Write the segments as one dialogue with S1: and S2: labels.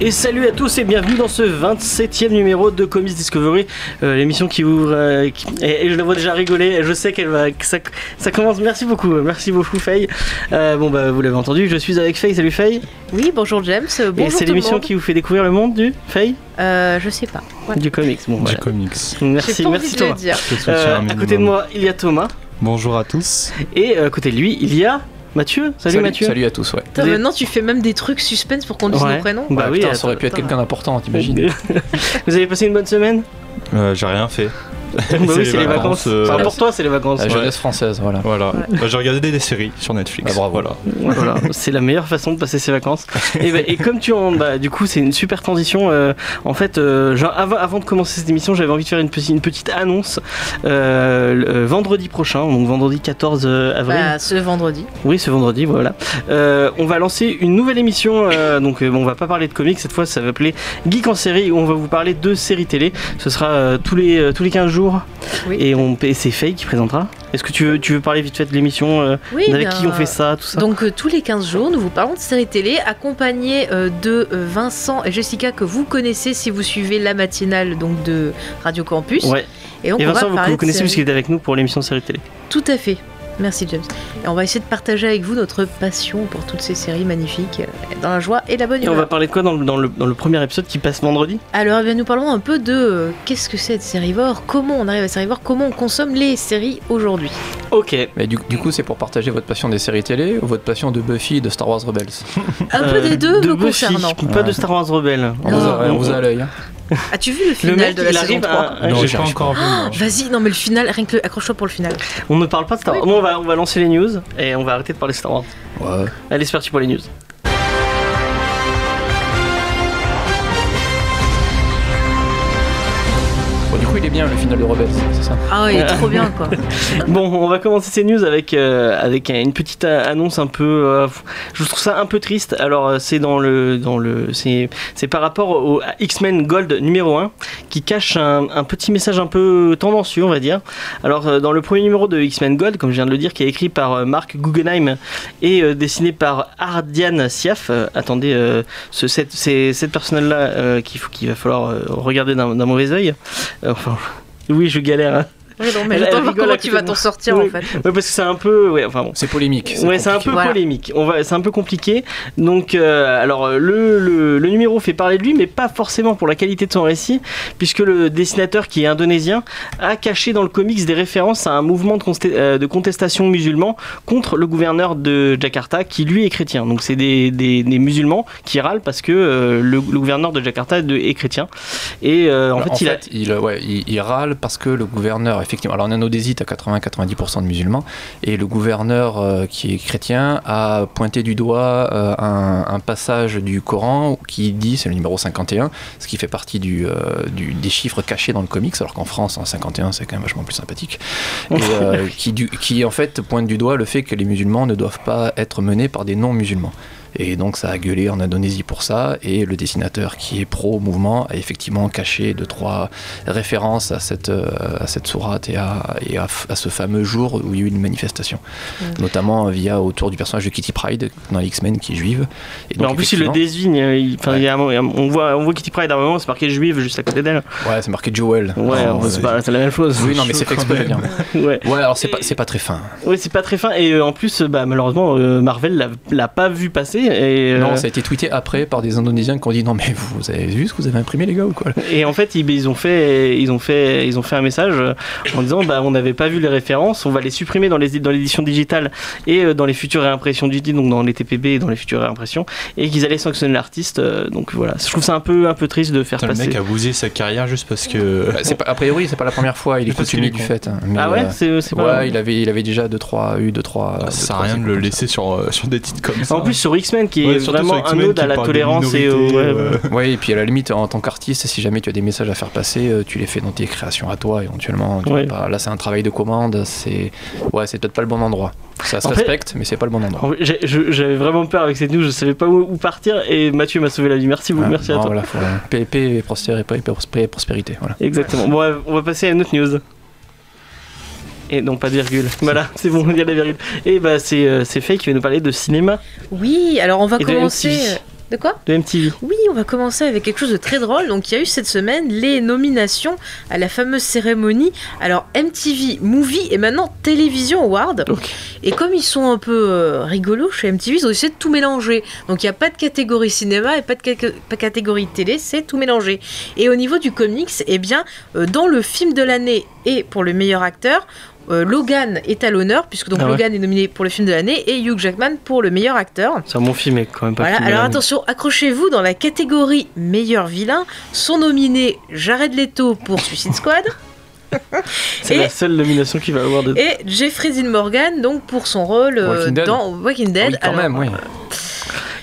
S1: Et salut à tous et bienvenue dans ce 27e numéro de Comics Discovery, euh, l'émission qui ouvre. euh, qui- et, et je la vois déjà rigoler, et je sais qu'elle va. que ça, ça commence. Merci beaucoup, euh, merci beaucoup Faye. Euh, bon bah vous l'avez entendu, je suis avec Faye, salut Faye.
S2: Oui, bonjour James, euh,
S1: et
S2: bonjour
S1: c'est
S2: tout le
S1: l'émission
S2: monde.
S1: qui vous fait découvrir le monde du Faye
S2: Euh, je sais pas. Voilà.
S1: Du comics, bon
S3: du
S1: voilà.
S3: comics.
S2: J'ai
S1: Merci,
S2: pas
S1: merci
S2: envie de le
S1: Thomas.
S2: dire.
S3: Je te soutiens
S1: Euh,
S3: un
S1: à
S3: minimum.
S1: côté de moi, il y a Thomas,
S3: Bonjour à tous.
S1: et euh, à côté de lui, il y a Mathieu. Salut, Mathieu.
S4: Salut à tous, ouais.
S2: Putain,
S1: Vous êtes-
S2: maintenant tu fais même des trucs suspense pour qu'on dise
S1: Ouais.
S2: nos prénoms.
S1: Bah
S4: Ouais,
S1: oui,
S4: putain, ça aurait
S1: attends,
S4: pu être quelqu'un d'important, t'imagines.
S1: vous avez passé une bonne semaine
S3: Euh, J'ai rien fait.
S1: Bah oui,
S3: les
S1: c'est les vacances.
S3: vacances, euh,
S1: Enfin, pour toi, c'est les vacances.
S4: La
S1: ouais.
S4: jeunesse française, voilà.
S3: Voilà. Bah, J'ai regardé des, des séries sur Netflix.
S4: Ah, bravo.
S3: Voilà.
S1: Voilà, c'est la meilleure façon de passer ses vacances. Et, bah, et comme tu en, bah, du coup, c'est une super transition. euh, en fait, euh, genre, avant, avant de commencer cette émission, j'avais envie de faire une, petite- une petite annonce. Euh, le- euh, vendredi prochain, donc vendredi 14 avril.
S2: Bah, ce vendredi.
S1: Oui, ce vendredi, voilà. Euh, on va lancer une nouvelle émission. euh, donc, euh, bon, on va pas parler de comics cette fois. Ça va appeler Geek en série. Où on va vous parler de séries télé. Ce sera euh, tous les euh, tous les 15 jours.
S2: Oui.
S1: Et on et c'est Faye qui présentera. Est-ce que tu veux tu veux parler vite fait de l'émission euh,
S2: Oui, ben,
S1: avec
S2: bien,
S1: qui on fait ça, tout ça.
S2: Donc euh, tous les 15 jours, nous vous parlons de séries télé accompagnés euh, de euh, Vincent et Jessica que vous connaissez si vous suivez la matinale donc de Radio Campus.
S1: ouais.
S2: donc,
S1: Et
S2: on va
S1: Vincent, vous,
S2: parler
S1: vous
S2: de
S1: connaissez
S2: séries.
S1: puisqu'il était avec nous pour l'émission série télé.
S2: Tout à fait. Merci James. Et on va essayer de partager avec vous notre passion pour toutes ces séries magnifiques euh, dans la joie et la bonne
S1: Et on
S2: humeur.
S1: va parler de quoi dans le, dans le, dans le premier épisode qui passe vendredi
S2: Alors, eh bien, nous parlons un peu de euh, qu'est-ce que c'est être sérivore, comment on arrive à sérivore, comment on consomme les séries aujourd'hui.
S1: Ok.
S4: Mais du, du coup, c'est pour partager votre passion des séries télé ou votre passion de Buffy et de Star Wars Rebels.
S2: Un peu des deux
S1: Euh, de
S2: me
S1: Buffy,
S2: concernant.
S1: Pas de Star Wars Rebelle.
S4: On vous a,
S2: Non.
S4: on vous a à l'œil. hein.
S2: As-tu vu le
S1: Le
S2: final
S1: mec,
S2: de la
S1: il
S2: saison
S1: arrive
S2: 3
S1: à... j'ai
S4: Non, j'y
S3: J'ai pas
S4: arrive
S3: encore vu. non.
S2: Vas-y, non mais le final, rien que le... accroche-toi pour le final.
S1: On ne parle pas de Star Wars.
S2: Oui.
S1: Bon, on va, on va lancer les news et on va arrêter de parler Star Wars.
S4: Ouais.
S1: Allez, c'est parti pour les news.
S4: Bon, du coup, il est bien le final de Rebels, c'est ça
S2: Ah ouais, il est trop bien quoi.
S1: Bon, on va commencer ces news avec, euh, avec euh, une petite euh, annonce un peu. euh, je trouve ça un peu triste. Alors, euh, c'est dans le. Dans le c'est c'est par rapport au à X-Men Gold numéro 1 qui cache un, un petit message un peu tendancieux, on va dire. Alors, euh, dans le premier numéro de X-Men Gold, comme je viens de le dire, qui est écrit par euh, Mark Guggenheim et euh, dessiné par Ardian Siaf. euh, attendez, euh, ce, cette, c'est cette personne-là euh, qu'il faut- qu'il va falloir euh, regarder d'un d'un mauvais oeil. enfin. Oui, je galère. hein.
S2: Ouais, non, mais
S1: Elle-
S2: j'attends
S1: elle
S2: voir
S1: rigole à
S2: comment tu
S1: côté
S2: vas
S1: de
S2: t'en
S1: moi.
S2: sortir
S1: Oui.
S2: en fait.
S1: Ouais, parce que c'est un peu. Ouais, enfin bon.
S4: C'est polémique.
S1: Ouais, c'est un peu
S4: compliqué.
S2: Voilà.
S1: polémique. On va, c'est un peu compliqué. Donc, euh, alors euh, le, le, le numéro fait parler de lui, mais pas forcément pour la qualité de son récit, puisque le dessinateur qui est indonésien a caché dans le comics des références à un mouvement de, consté- euh, de contestation musulman contre le gouverneur de Jakarta, qui lui est chrétien. Donc, c'est des, des, des musulmans qui râlent parce que euh, le, le gouverneur de Jakarta est, de- est chrétien. Et euh, en,
S4: Alors,
S1: fait, il a
S4: il, ouais, il- il râle parce que le gouverneur, effectivement, alors en Indonésie, t'as 80-90% de musulmans, et le gouverneur euh, qui est chrétien a pointé du doigt euh, un, un passage du Coran qui dit, c'est le numéro 51, ce qui fait partie du, euh, du- des chiffres cachés dans le comics, alors qu'en France, en 51, c'est quand même vachement plus sympathique, et, euh, qui, du- qui en fait pointe du doigt le fait que les musulmans ne doivent pas être menés par des non-musulmans. Et donc ça a gueulé en Indonésie pour ça, et le dessinateur qui est pro-mouvement a effectivement caché deux, trois références à cette, euh, à cette sourate et, à, et à, f- à ce fameux jour où il y a eu une manifestation,
S1: Mmh.
S2: Mm.
S4: notamment via autour du personnage de Kitty Pride dans les X-Men qui est juive. Et
S1: mais en plus, il le
S4: effectivement-
S1: désigne. euh, il- enfin,
S4: Ouais.
S1: il y a un moment- il y a un- on voit, on voit Kitty Pride à un moment, c'est marqué juive juste à côté d'elle.
S4: Ouais, c'est marqué Joel.
S1: Ouais,
S4: Oh,
S1: c'est pas- c'est la même chose.
S4: Oui, non, mais c'est fait
S3: Quand
S4: exprès.
S3: même.
S1: Ouais, ouais.
S4: bien. Ouais, alors c'est pas, c'est pas très fin.
S1: c'est pas très fin. Et euh, en plus, euh, bah, malheureusement, euh, Marvel l'a- l'a pas vu passer. Et, euh,
S4: Non, ça a été tweeté après par des Indonésiens qui ont dit non mais vous avez vu ce que vous avez imprimé les gars ou quoi
S1: et en fait, ils, ils ont fait, ils ont fait, ils ont fait un message euh, en disant, bah, on n'avait pas vu les références, on va les supprimer dans les dans l'édition digitale et euh, dans les futures réimpressions du titre, donc dans les TPB et dans les futures réimpressions, et qu'ils allaient sanctionner l'artiste. euh, donc voilà, je trouve ça un peu un peu triste de faire
S3: Putain, le
S1: passer.
S3: mec a bousillé sa carrière juste parce que.
S4: Bah, c'est pas- A priori, c'est pas la première fois, il est
S3: Parce qu'il
S4: coutumier
S3: est
S4: du
S3: con.
S4: fait. hein, mais,
S1: ah ouais,
S4: euh,
S1: c'est c'est
S4: Ouais,
S1: pas.
S4: il avait, il avait déjà deux, trois, eu 2-3.
S3: Ah, Ça sert à rien de le laisser sur, euh, sur des titres comme ça.
S1: En plus sur X X-Men qui
S3: Ouais,
S1: est
S3: surtout
S1: vraiment
S3: sur
S1: un
S3: X-Men
S1: ode
S3: qui
S1: à la
S3: parle des
S1: tolérance et au.
S3: minorités,
S1: ouais,
S3: euh,
S1: ouais.
S4: Ouais, et puis à la limite, en tant qu'artiste, si jamais tu as des messages à faire passer, euh, tu les fais dans tes créations à toi éventuellement. Tu
S1: Ouais.
S4: vois pas- là, c'est un travail de commande, c'est ouais, c'est peut-être pas le bon endroit. Ça se
S1: En fait-
S4: respecte, mais c'est pas le bon endroit.
S1: En vrai, j'ai- je- J'avais vraiment peur avec cette news, je savais pas où, où partir et Mathieu m'a sauvé la vie. Merci beaucoup,
S4: Ouais,
S1: merci à
S4: non,
S1: toi.
S4: voilà, faut, euh, paix, paix et prospérité, paix et pros- paix et prospérité. Voilà.
S1: Exactement. Bon, ouais, on va passer à une autre news. Et non, pas de virgule. Voilà, c'est bon, il y a la virgule. Et bah, c'est euh, c'est Faye qui va nous parler de cinéma,
S2: Oui, alors on va
S1: Et de
S2: commencer.
S1: MTV.
S2: De quoi
S1: de MTV.
S2: Oui, on va commencer avec quelque chose de très drôle. Donc, il y a eu cette semaine les nominations à la fameuse cérémonie. Alors, MTV Movie et maintenant Télévision Award.
S1: Ok.
S2: Et comme ils sont un peu euh, rigolos chez MTV, ils ont essayé de tout mélanger. Donc, il n'y a pas de catégorie cinéma et pas de ca- pas catégorie télé, c'est tout mélangé. Et au niveau du comics, eh bien, euh, dans le film de l'année et pour le meilleur acteur, euh, Logan est à l'honneur, puisque donc
S1: Ah ouais.
S2: Logan est nominé pour le film de l'année et Hugh Jackman pour le meilleur acteur.
S1: C'est un bon film, mais quand même pas
S2: Voilà,
S1: film de
S2: alors
S1: l'année.
S2: attention, accrochez-vous dans la catégorie meilleur vilain sont nominés Jared Leto pour Suicide Squad
S1: C'est
S2: et-
S1: la seule nomination qu'il va avoir de.
S2: et Jeffrey Dean Morgan donc pour son rôle euh,
S4: Euh, Walking Dead.
S2: dans Walking
S4: Ah
S2: Dead.
S4: oui, quand
S2: Alors,
S4: même, oui.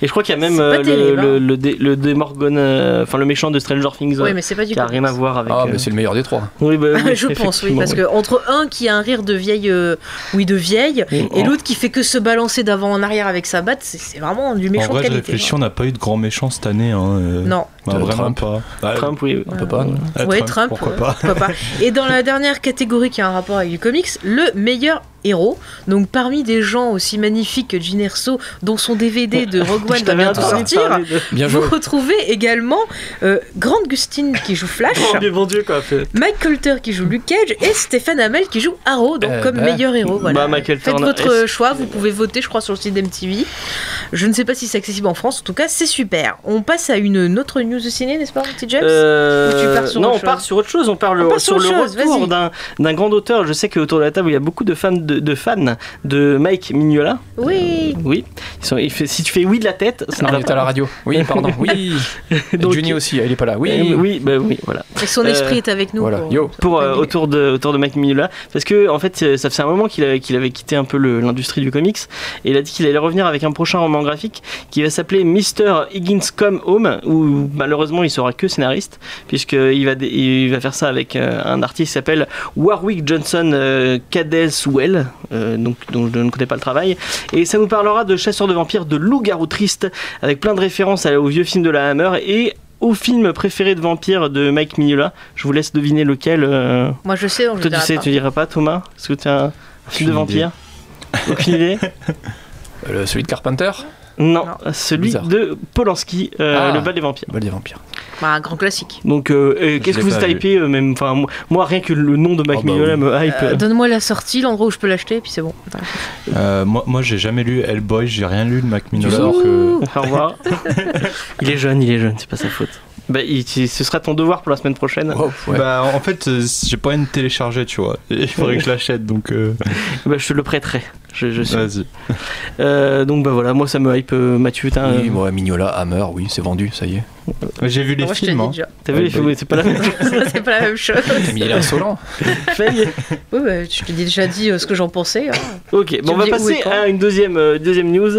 S1: Et je crois qu'il y a même
S2: C'est pas
S1: euh, le,
S2: terrible,
S1: le,
S2: hein.
S1: le, dé- le Demogorgon, euh, enfin le méchant de Stranger Things,
S2: ouais,
S1: euh,
S2: mais c'est pas du
S1: qui a
S2: tout. Ah,
S1: rien à voir avec.
S4: Ah,
S1: euh,
S4: mais c'est le meilleur des trois.
S1: oui, bah, oui,
S2: je pense, oui,
S1: effectivement,
S2: parce que entre un qui a un rire de vieille, euh, oui, de vieille,
S1: oui.
S4: Oh.
S2: et l'autre qui fait que se balancer d'avant en arrière avec sa batte, c'est- c'est vraiment du méchant
S3: En vrai, je
S2: qualité.
S3: réfléchis, on n'a pas eu de grand méchant cette année. Hein, euh,
S2: Non,
S3: bah,
S4: Euh,
S3: vraiment
S4: Trump.
S3: pas. Ah,
S1: Trump, oui.
S4: On peut pas. non.
S3: ah,
S2: ouais, Trump,
S3: pourquoi
S2: euh,
S3: pas
S2: pourquoi pas. Et dans la dernière catégorie qui a un rapport avec les comics, le meilleur héros. Donc parmi des gens aussi magnifiques que Jyn Erso, dont son DVD de Rogue One
S1: Je
S2: va
S1: t'avais
S2: bientôt
S1: entendu
S2: bah, sortir,
S1: parler de-
S4: Bien
S2: vous
S4: joué.
S2: retrouvez également euh, Grant Gustin qui joue Flash,
S1: Oh, mais bon Dieu, quoi. fait.
S2: Mike Colter qui joue Luke Cage et Stéphane Hamel qui joue Arrow, donc
S4: Eh
S2: comme
S4: ben.
S2: meilleur héros. Voilà.
S1: Bah, Michael
S2: Faites
S1: Turner,
S2: votre
S1: est-ce-
S2: euh, choix, vous pouvez voter, je crois, sur le site d'MTV. Je ne sais pas si c'est accessible en France, en tout cas, c'est super. On passe à une autre news de ciné, n'est-ce pas, mon petit James
S1: Euh,
S2: Ou tu pars sur
S1: non,
S2: autre
S1: on
S2: chose
S1: part sur autre chose. On parle
S2: On part
S1: sur,
S2: sur
S1: le
S2: autre chose,
S1: retour
S2: vas-y.
S1: d'un d'un grand auteur. Je sais qu'autour de la table, il y a beaucoup de fans de, de fans de Mike Mignola.
S2: Oui
S1: Oui. Ils sont- il fait- si tu fais oui de la tête, ça ne
S4: Ah,
S1: va
S4: il est à la radio. Oui, pardon. Oui. Et
S1: Donc-
S4: Juni aussi, il est pas là.
S1: Oui,
S4: Oui.
S1: oui, bah oui, voilà.
S2: Et son
S1: Euh,
S2: esprit est avec nous.
S4: Voilà.
S2: pour-
S4: Yo.
S1: Pour euh, autour de autour de Mike Mignola, parce que en fait, euh, ça faisait un moment qu'il avait qu'il avait quitté un peu le- l'industrie du comics et il a dit qu'il allait revenir avec un prochain roman graphique qui va s'appeler Mr Higgins Come Home, où malheureusement il sera que scénariste puisque il va dé- il va faire ça avec euh, un artiste qui s'appelle Warwick Johnson euh, Cadelswell, euh, donc dont je ne connais pas le travail, et ça nous parlera de chasseurs de vampires, de loups-garous tristes, avec plein de références à- aux vieux films de la Hammer et au film préféré de vampire de Mike Mignola. Je vous laisse deviner lequel. euh,
S2: Moi je sais, on
S1: Toi, tu sais, tu diras pas, Thomas Est-ce que tu as un film de
S3: Aucune idée.
S1: vampire Aucune idée
S4: Euh, le- celui de Carpenter.
S1: non,
S2: Non.
S1: celui
S4: Bizarre.
S1: de Polanski, euh,
S4: Ah.
S1: Le bal des vampires.
S4: Bol des vampires.
S2: Bah, un grand classique.
S1: Donc, euh, euh, qu'est-ce que
S3: l'ai
S1: vous
S3: pas
S1: avez
S3: vu.
S1: hypé euh, même, enfin, moi- Moi, rien que le nom de Mike
S3: Oh, bah
S1: Mignola
S3: oui.
S1: me hype.
S2: Euh, Donne-moi la sortie, l'endroit où je peux l'acheter, et puis c'est bon.
S3: Euh, moi, moi j'ai jamais lu Hellboy, j'ai rien lu de Mac Mignola.
S4: Tu
S3: Bah, alors que-
S1: Au revoir. il est jeune, il est jeune, c'est pas sa faute. Bah, il- tu- ce sera ton devoir pour la semaine prochaine.
S4: Oh, ouais.
S3: Bah, en fait, euh, j'ai pas une téléchargée, tu vois. Il faudrait que je l'achète, donc euh,
S1: Bah, je te le prêterai. Je, je suis.
S3: vas-y.
S1: Euh, donc bah voilà, moi ça me hype. euh, Mathieu, t'as,
S4: Oui, moi, Mignola, Hammer, oui, c'est vendu, ça y est.
S3: J'ai vu les
S2: Ah, Moi je te
S3: films.
S2: dis
S3: hein.
S2: déjà.
S1: t'as vu les films, c'est pas la même
S2: c'est pas la même chose.
S4: Mais il est insolent.
S1: feuille.
S2: Oui, bah, je t'ai déjà dit euh, ce que j'en pensais. hein.
S1: Ok, bon, on
S2: me
S1: va
S2: dis où et
S1: passer
S2: quand
S1: à une deuxième, euh, deuxième news.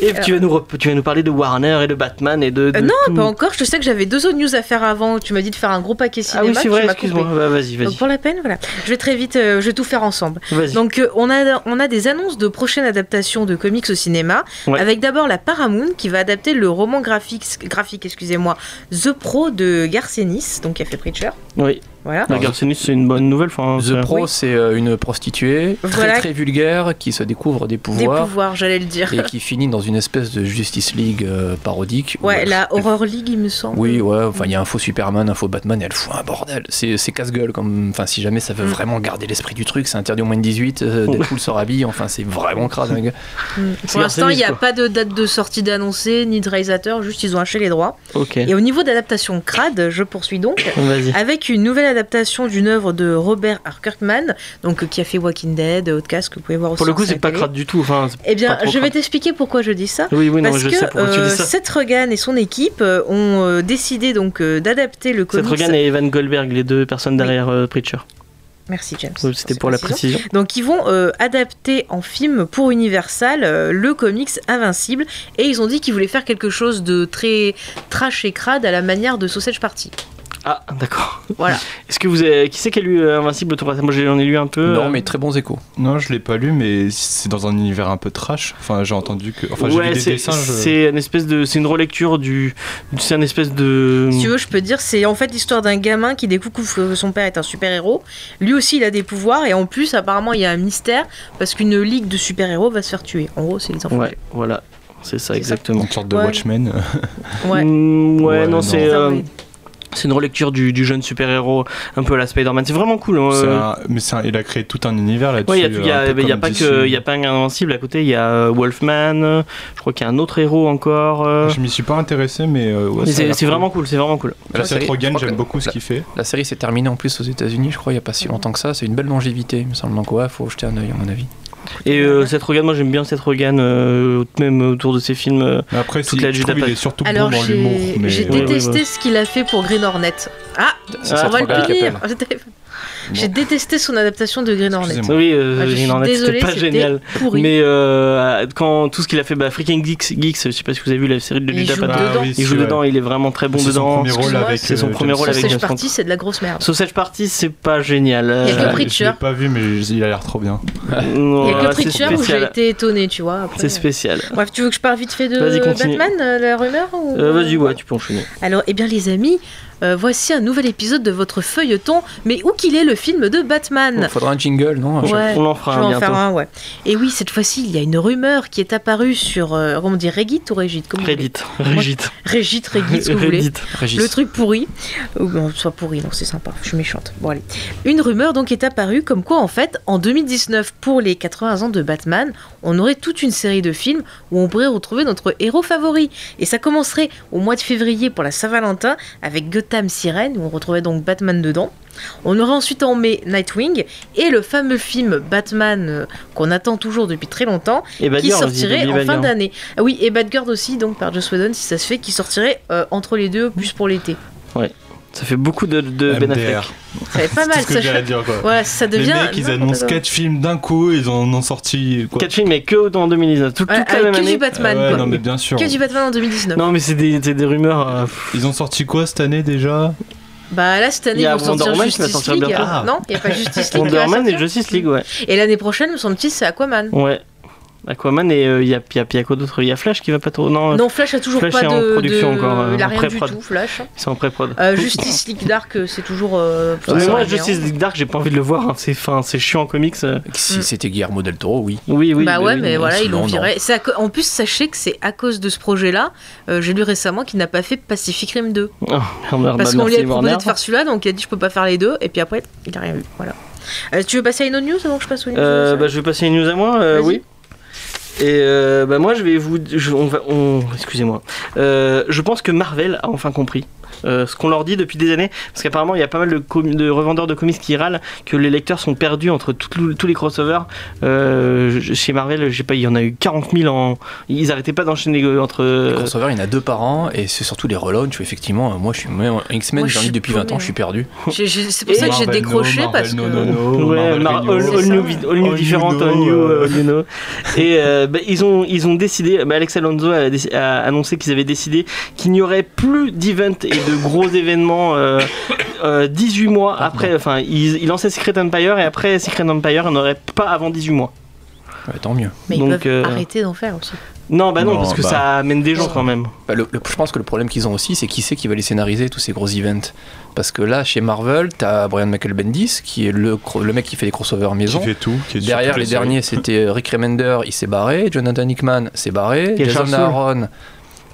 S1: Et
S2: alors-
S1: tu vas, nous, rep- tu vas nous parler de Warner et de Batman et de. de
S2: Euh, non,
S1: tout.
S2: euh, pas encore. Je sais que j'avais deux autres news à faire avant. Tu m'as dit de faire un gros paquet
S1: Ah
S2: cinéma.
S1: oui, c'est
S2: tu
S1: vrai,
S2: m'as
S1: excuse-moi.
S2: coupé.
S1: Bah, vas-y,
S2: Donc
S1: vas-y.
S2: pour la peine, voilà. Je vais très vite, euh, je vais tout faire ensemble.
S1: vas-y.
S2: Donc euh, on a, on a des annonces de prochaines adaptations de comics au cinéma,
S1: Ouais.
S2: avec d'abord la Paramount qui va adapter le roman graphique, graphique excusez-moi, The Pro de Garcenis, donc qui a fait Preacher.
S1: oui,
S2: Voilà.
S1: la Garcenis, c'est une bonne nouvelle. Enfin,
S4: The
S1: c'est-
S4: Pro, c'est euh, une prostituée très
S2: Voilà.
S4: très vulgaire qui se découvre des
S2: Des
S4: pouvoirs
S2: pouvoirs, j'allais le dire.
S4: et qui finit dans une espèce de Justice League euh, parodique.
S1: Bah,
S4: où
S2: Ouais,
S4: elle-
S2: la Horror League, il me semble.
S4: Oui, ouais, enfin il y a un faux Superman, un faux Batman et elle fout un bordel. C'est c'est casse-gueule comme. Enfin, si jamais ça veut
S2: Mm.
S4: vraiment garder l'esprit du truc, c'est interdit au moins de 18, euh,
S1: Oh.
S4: Deadpool se rhabille, enfin c'est vraiment crade. hein,
S2: Mm.
S1: C'est
S2: Pour l'instant, il n'y a
S1: Garcenis,
S2: pas de date de sortie d'annoncée, ni de réalisateur, juste ils ont acheté les droits.
S1: Ok,
S2: Et au niveau d'adaptation crade, je poursuis donc.
S1: vas-y.
S2: Avec une nouvelle adaptation d'une œuvre de Robert R. Kirkman, donc euh, qui a fait Walking Dead, Outcast, que vous pouvez voir aussi.
S1: Pour le coup,
S2: sur
S1: c'est
S2: la
S1: pas
S2: télé.
S1: crade du tout. Enfin, c'est
S2: Eh bien,
S1: pas trop
S2: je vais
S1: crade.
S2: t'expliquer pourquoi je dis ça.
S1: Oui, oui, non, mais
S2: Parce
S1: je
S2: que
S1: sais pourquoi tu
S2: euh,
S1: dis ça.
S2: Seth Rogen et son équipe euh, ont euh, décidé donc euh, d'adapter le
S1: Seth
S2: comics.
S1: Rogen et Evan Goldberg, les deux personnes derrière euh, Preacher.
S2: Merci James.
S1: Oui, C'était pour la
S2: précision.
S1: précision.
S2: Donc ils vont euh, adapter en film pour Universal euh, le comics Invincible et ils ont dit qu'ils voulaient faire quelque chose de très trash et crade à la manière de Sausage Party.
S1: Ah, d'accord.
S2: Voilà.
S1: Est-ce que vous avez... Qui c'est qui a lu euh, Invincible autour de ça Moi, j'en ai lu un peu.
S4: Non,
S1: euh,
S4: mais très bons échos.
S3: Non, je l'ai pas lu, mais c'est dans un univers un peu trash. Enfin, j'ai entendu que. Enfin, j'ai
S1: ouais,
S3: lu des
S1: c'est
S3: dessins. je-
S1: c'est une espèce de, c'est une relecture du, du- c'est un espèce de.
S2: Si tu veux, je peux te dire, c'est en fait l'histoire d'un gamin qui découvre que son père est un super-héros. Lui aussi, il a des pouvoirs et en plus, apparemment, il y a un mystère parce qu'une ligue de super-héros va se faire tuer. En gros, c'est les enfants.
S1: Ouais, voilà, c'est ça
S2: C'est ça.
S1: exactement.
S3: Une sorte de
S2: Ouais.
S3: Watchmen.
S2: Ouais.
S1: Mm, ouais,
S3: Ouais,
S1: non,
S3: non.
S1: c'est euh, c'est une relecture du, du jeune super héros, un peu à la Spider-Man. C'est vraiment cool. hein,
S3: C'est
S1: euh,
S3: un- Mais c'est un- il a créé tout un univers là-dessus.
S1: Ouais, il y a, tout- il y a-
S3: un peu
S1: il y a
S3: comme
S1: pas
S3: DC. hein.
S1: que, il y a pas un invincible à côté. Il y a euh, Wolfman. euh, Je crois qu'il y a un autre héros encore. euh.
S3: Je m'y suis pas intéressé, mais. euh, ouais,
S1: Mais
S3: ça a
S1: c'est
S3: l'air
S1: c'est
S3: cool.
S1: vraiment cool. C'est vraiment cool.
S4: La
S3: Seth
S4: série- je
S3: Rogen,
S4: crois
S3: j'aime
S4: que-
S3: beaucoup ce
S4: la-
S3: qu'il fait.
S4: La série s'est terminée en plus aux États-Unis, je crois, il n'y a pas si longtemps que ça. C'est une belle longévité, il me semble. Donc, ouais, faut jeter un œil, à mon avis.
S1: Et euh, Seth Rogen, moi j'aime bien Seth Rogen, euh, même autour de ses films. euh,
S3: Mais après,
S1: Toute
S3: si-
S1: la
S3: je trouve
S1: Judapate.
S3: il est surtout
S2: Alors,
S3: bon dans
S2: j'ai
S3: l'humour. Mais
S2: j'ai
S1: Ouais,
S2: détesté
S1: ouais, ouais.
S2: ce qu'il a fait pour Green Hornet. Ah,
S4: C'est
S1: Ah,
S4: Seth
S2: on va le
S4: Rogen qui
S2: punir.
S4: appelle.
S2: J'ai détesté son adaptation de Green Hornet.
S3: Excusez-moi.
S1: Oui, euh,
S2: Ah, je
S1: Green
S2: suis
S1: Hornet, c'était
S2: désolée,
S1: pas génial.
S2: c'était pourri.
S1: Mais euh, quand tout ce qu'il a fait, bah, Freaking Geeks, Geeks, je sais pas si vous avez vu la série de
S2: Il
S1: Luda
S2: joue
S1: Pato.
S2: dedans.
S1: Il joue
S3: Ah c'est-
S1: dedans, il est vraiment très bon
S3: C'est son
S1: dedans.
S3: premier rôle
S2: Excuse-moi,
S3: avec,
S1: c'est son
S3: euh,
S1: premier
S3: James
S1: rôle avec
S3: Franco.
S2: Sausage
S1: James
S2: Party, c'est de la grosse merde.
S1: Sausage Party, c'est pas génial. Euh,
S2: Il y a
S3: Je l'ai-
S2: que Preacher.
S3: Je l'ai pas vu, mais il a l'air trop bien.
S2: Il y a que
S1: Ouais, Ah, c'est
S2: Preacher où j'ai
S1: spécial.
S2: été étonné, tu vois. après.
S1: C'est spécial.
S2: Bref, tu veux que je parle vite fait de
S1: Vas-y, continue.
S2: Batman, euh, la rumeur ou...
S1: Euh, Vas-y, ouais, tu peux enchaîner.
S2: Alors, eh bien, les amis, euh, voici un nouvel épisode de votre feuilleton, mais où qu'il est le film de Batman
S4: Faudra un jingle, non
S2: Ouais.
S1: On en fera
S2: Je vais
S1: un
S2: en faire
S1: bientôt.
S2: un, ouais. Et oui, cette fois-ci, il y a une rumeur qui est apparue sur, euh, comment on dit, Reddit ou Reddit comme vous voulez.
S1: Reddit, Reddit,
S2: Reddit, Reddit, ce que vous voulez.
S1: Reddit.
S4: Régis.
S2: Le truc pourri. Ou bon, soit pourri, non, c'est sympa, je suis méchante. Bon, allez. Une rumeur donc est apparue comme quoi, en fait, en 2019, pour les 80 ans de Batman, on aurait toute une série de films où on pourrait retrouver notre héros favori. Et ça commencerait au mois de février pour la Saint-Valentin avec Gotham Sirène, où on retrouvait donc Batman dedans. On aurait ensuite en mai Nightwing et le fameux film Batman euh, qu'on attend toujours depuis très longtemps
S1: Et bah,
S2: qui
S1: dire,
S2: sortirait
S1: vas-y,
S2: en fin
S1: Bad Girl.
S2: d'année. Ah oui, et Bad Girl aussi, donc par Joss Whedon, si ça se fait, qui sortirait euh, entre les deux, plus pour l'été.
S1: Ça fait beaucoup de, de Ben Affleck.
S3: MDR.
S2: Ça fait pas
S3: C'est
S2: mal,
S3: ce que
S2: ça.
S3: j'ai à dire, quoi.
S2: Voilà, ça
S3: Les
S2: devient.
S3: mecs, ils
S2: Non,
S3: annoncent
S2: non, non.
S3: 4 films d'un coup, ils en ont sorti quoi
S1: Quatre films, mais que en 2019. Tout,
S2: Voilà,
S1: toute la
S2: avec
S1: même
S2: que du
S1: année.
S2: Batman,
S3: Ah ouais,
S2: quoi.
S3: non mais bien sûr.
S2: Que du Batman en 2019.
S1: Non, mais c'est des, c'est des rumeurs. euh, pff,
S3: Ils ont sorti quoi cette année déjà
S2: Bah là, cette
S1: Il
S2: année,
S1: y a
S2: ils vont sortir
S1: Wonder Woman qui va
S2: Justice
S1: sortir
S2: League.
S1: bientôt.
S2: euh, Non, il n'y a pas Justice League. qui
S1: Wonder
S2: va
S1: Woman et
S2: sortir.
S1: Justice League, ouais.
S2: Et l'année prochaine, me semble-t-il, c'est Aquaman.
S1: Ouais. Aquaman et il y, a, y a- y a quoi d'autre Il y a Flash qui va pas trop. Non,
S2: Non, Flash a toujours
S1: Flash
S2: pas
S1: est
S2: de.
S1: en production
S2: de-
S1: encore, euh,
S2: il a
S1: en
S2: rien du
S1: pré-prod.
S2: tout, Flash.
S1: c'est en pré-prod.
S2: Euh, Justice League Dark, euh, c'est toujours. euh, plus
S1: mais
S2: tard,
S1: moi,
S2: mais, hein.
S1: Justice League Dark, j'ai pas envie de le voir. hein. C'est fin, c'est chiant en comics. euh.
S2: Mm.
S4: Si c'était Guillermo del Toro, oui.
S1: Oui, oui.
S2: bah ouais, mais voilà, ils l'ont
S4: sinon, non.
S2: viré. C'est à co- En plus, sachez que c'est à cause de ce projet-là. euh, J'ai lu récemment qu'il n'a pas fait Pacific Rim 2.
S1: Oh, merde,
S2: Parce
S1: bah,
S2: qu'on lui
S1: merci,
S2: a proposé
S1: Warner.
S2: de faire celui-là, donc il a dit je peux pas faire les deux, et puis après il a rien eu. Voilà. Euh, tu veux passer à une autre news avant que je passe aux news
S1: Euh,
S2: euh,
S1: bah, je vais passer une news à moi, euh,
S2: Vas-y.
S1: oui. Et euh, bah moi je vais vous, je- on va, on, excusez-moi. Euh, je pense que Marvel a enfin compris euh, ce qu'on leur dit depuis des années, parce qu'apparemment il y a pas mal de, com- de revendeurs de comics qui râlent que les lecteurs sont perdus entre tout- tous les crossovers. Euh, je- chez Marvel, je sais pas, il y en a eu 40 000 en, ils arrêtaient pas d'enchaîner euh, entre.
S4: Le crossover, il y en a deux par an, et c'est surtout les relaunchs où effectivement, euh, moi je suis même X-Men,
S2: Moi, je
S4: j'en lis
S2: suis hein.
S4: depuis 20 ans,
S2: paumée.
S4: je suis perdu.
S2: J'ai- j'ai- C'est pour ça que j'ai
S3: Marvel, no,
S2: décroché
S3: Marvel,
S2: parce que.
S3: no, no, no,
S1: Ouais,
S3: Marvel
S1: Mar-
S3: Radio.
S1: all, all
S2: C'est
S1: new,
S2: ça.
S1: vid- all new
S3: All new
S1: différente,
S3: no,
S1: all new,
S3: euh.
S1: euh, all new no. Et euh, bah, ils, ont, ils ont décidé, bah, Alex Alonso a, déc- a annoncé qu'ils avaient décidé qu'il n'y aurait plus d'events et de gros événements euh, euh, 18 mois
S3: Ah,
S1: après. Enfin, ils ils lançaient Secret Empire et après Secret Empire, il n'y en aurait pas avant 18 mois.
S4: Ouais, tant mieux.
S2: Mais ils
S1: Donc,
S2: peuvent
S1: euh,
S2: arrêter d'en faire aussi.
S1: Non, bah non,
S3: Non,
S1: parce que
S3: bah.
S1: ça amène des gens quand même.
S4: Bah, le- le- je pense que le problème qu'ils ont aussi, c'est qui c'est qui va les scénariser tous ces gros events. Parce que là, chez Marvel, t'as Brian Michael Bendis, qui est le, cro- le mec qui fait les crossovers
S3: Qui
S4: maison.
S3: fait tout. qui est sur
S4: Derrière
S3: toutes
S4: les
S3: séries.
S4: derniers, c'était euh, Rick Remender, il s'est barré. Jonathan Hickman s'est barré.
S1: Quel
S4: Jason
S1: Charles
S4: Aaron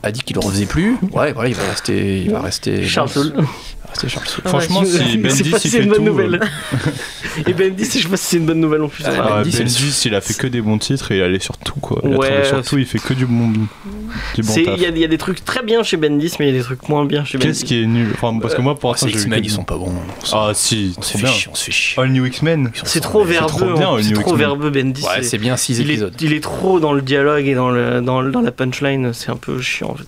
S4: a dit qu'il ne refaisait plus. Ouais, voilà, il va rester. Il va rester.
S1: Charles
S4: il
S1: Soule.
S4: va rester Charles Soule.
S3: Franchement, si
S1: Je sais
S3: Bendis
S1: pas
S3: il
S1: si c'est
S3: fait
S1: une
S3: tout.
S1: bonne
S3: euh,
S1: nouvelle. et Bendis, je sais pas si c'est une bonne nouvelle en plus.
S4: Ah,
S3: ah,
S4: Bendis,
S3: Bendis,
S4: c'est
S3: il a fait que des bons titres et il allait sur tout quoi. Il a
S1: Ouais,
S3: travaillé sur tout, il fait que du bon, du bon
S1: C'est- Il
S3: taf.
S1: y, a- il y a des trucs très bien chez Bendis, mais il y a des trucs moins bien chez Bendis.
S3: Qu'est-ce qui est nul Enfin, parce que moi pour
S4: Oh,
S3: l'instant
S4: ces
S3: j'ai vu.
S4: X-Men,
S3: que-
S4: ils sont pas bons. On se-
S3: Ah si,
S4: on se
S3: trop
S4: fait
S3: bien.
S4: chier, on se fait chier.
S3: All New X-Men.
S4: Ils sont-
S1: C'est trop
S4: mais-
S3: trop
S1: verbeux.
S3: bien,
S1: en-
S3: le
S1: C'est
S3: New
S1: trop
S3: X-Men.
S1: verbeux, Bendis.
S4: Ouais,
S1: c'est-
S4: Bah, c'est bien 6
S1: il, est,
S4: épisodes.
S1: il est trop dans le dialogue et dans, le, dans, le- dans la punchline. C'est un peu chiant en fait.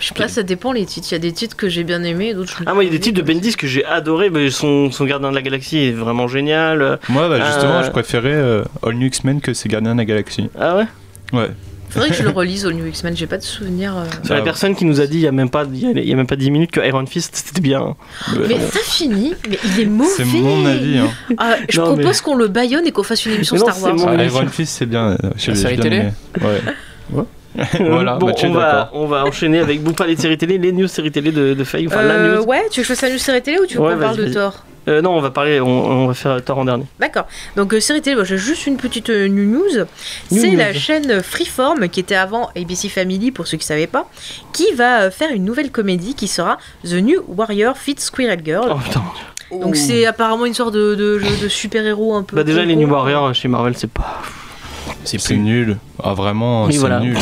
S2: Je sais pas, ça dépend les titres. Il y a des titres que j'ai bien aimés, d'autres.
S1: Ah, moi, il y a des titres de Bendis que j'ai adoré. Mais son, son Gardien de la Galaxie est vraiment génial.
S3: Moi, bah, justement,
S1: Euh,
S3: je préférais euh, All New X-Men que ses Gardiens de la Galaxie.
S1: Ah ouais
S3: Ouais.
S2: Faudrait que je le relise au New X-Men. J'ai pas de souvenir. euh.
S1: C'est la
S3: Ah,
S1: personne qui nous a dit il y a même pas il y a- il y a même pas 10 minutes que Iron Fist c'était bien.
S2: Mais ça finit. Mais il est mauvais.
S3: C'est mon avis. Hein.
S2: Ah, je
S1: Non, mais-
S2: propose qu'on le baïonne et qu'on fasse une émission
S1: Mais non,
S2: Star
S1: c'est
S2: Wars.
S1: mon-
S3: Ah,
S1: avis.
S3: Iron Fist, c'est bien. euh, je-
S4: La
S3: je
S4: série
S3: bien
S4: télé
S3: aimé. Ouais. Voilà,
S1: bon,
S3: bah, tu es
S1: on, va,
S3: d'accord.
S1: on va enchaîner avec bon pas les séries télé, les news séries télé de, de Faye, enfin la
S2: Euh,
S1: news.
S2: ouais, tu veux que je fasse la news série télé ou tu veux
S1: Ouais,
S2: qu'on parle
S1: vas-y,
S2: de
S1: vas-y.
S2: Thor
S1: Euh, non, on va parler, on, on va faire tort en dernier.
S2: D'accord. Donc euh, série télé, moi, j'ai juste une petite euh, new news. C'est
S1: news.
S2: la chaîne Freeform qui était avant ABC Family pour ceux qui savaient pas, qui va euh, faire une nouvelle comédie qui sera The New Warrior Fit Squirrel Girl.
S1: Oh putain.
S2: Donc c'est apparemment une sorte de, de jeu de super-héros un peu.
S1: Bah déjà
S2: con-con.
S1: les New Warriors chez Marvel c'est pas.
S4: C'est
S3: C'est
S4: plus
S3: nul. Ah, vraiment,
S1: Oui
S3: c'est
S1: voilà.
S3: nul.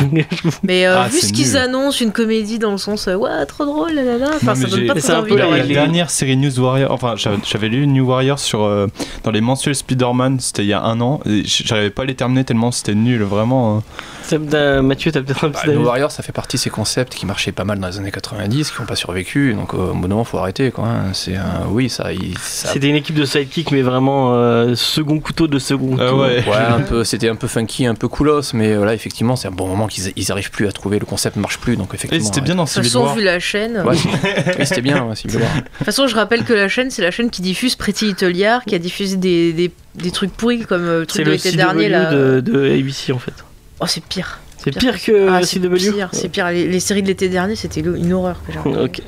S2: Mais euh,
S3: Ah,
S2: vu
S3: c'est
S2: ce qu'ils
S3: nul.
S2: annoncent, une comédie dans le sens euh, ouais trop drôle, là, là, là. Enfin ça
S3: Non, mais
S2: donne
S3: j'ai-
S2: pas
S1: c'est
S2: trop
S1: un
S2: envie
S1: peu
S2: de
S3: La,
S1: la-
S3: la
S2: regarder.
S1: les-
S3: dernière série News Warrior, enfin j'avais j'avais lu New Warrior sur, euh, dans les mensuels Spider-Man, c'était il y a un an, et j- j'arrivais pas à les terminer tellement c'était nul, vraiment. hein.
S1: Ça me donne- euh, Mathieu t'as peut-être un
S4: Bah,
S1: petit
S4: le
S1: avis.
S4: Warrior, ça fait partie de ces concepts qui marchaient pas mal dans les années 90, qui n'ont pas survécu. Donc, euh, au bout d'un moment, faut arrêter. Quoi. hein. C'est un- oui, ça. il- ça-
S1: C'était une équipe de sidekick mais vraiment euh, second couteau de second
S3: Ah
S1: couteau.
S3: ouais.
S4: Ouais, un peu, c'était un peu funky, un peu coolos, mais euh, là, effectivement, c'est un bon moment qu'ils ils arrivent plus à trouver. Le concept marche plus, donc
S3: Et
S4: effectivement.
S3: c'était bien dans
S2: De toute
S3: Civil
S2: façon,
S3: War.
S2: vu la chaîne.
S4: Ouais, ouais, oui, c'était bien, ouais, Civil War.
S2: De toute façon, je rappelle que la chaîne, c'est la chaîne qui diffuse Pretty Little Liar, qui a diffusé des, des, des trucs pourris comme euh,
S1: C'est
S2: le truc de
S1: le
S2: l'été
S1: CW
S2: dernier là. euh,
S1: de, de ABC en fait.
S2: Oh, c'est pire.
S1: C'est
S2: Pire
S1: pire que
S2: Ah, c'est
S1: CW.
S2: pire, c'est pire. Les, les séries de l'été dernier, c'était une horreur que j'ai regardée.
S1: Ok.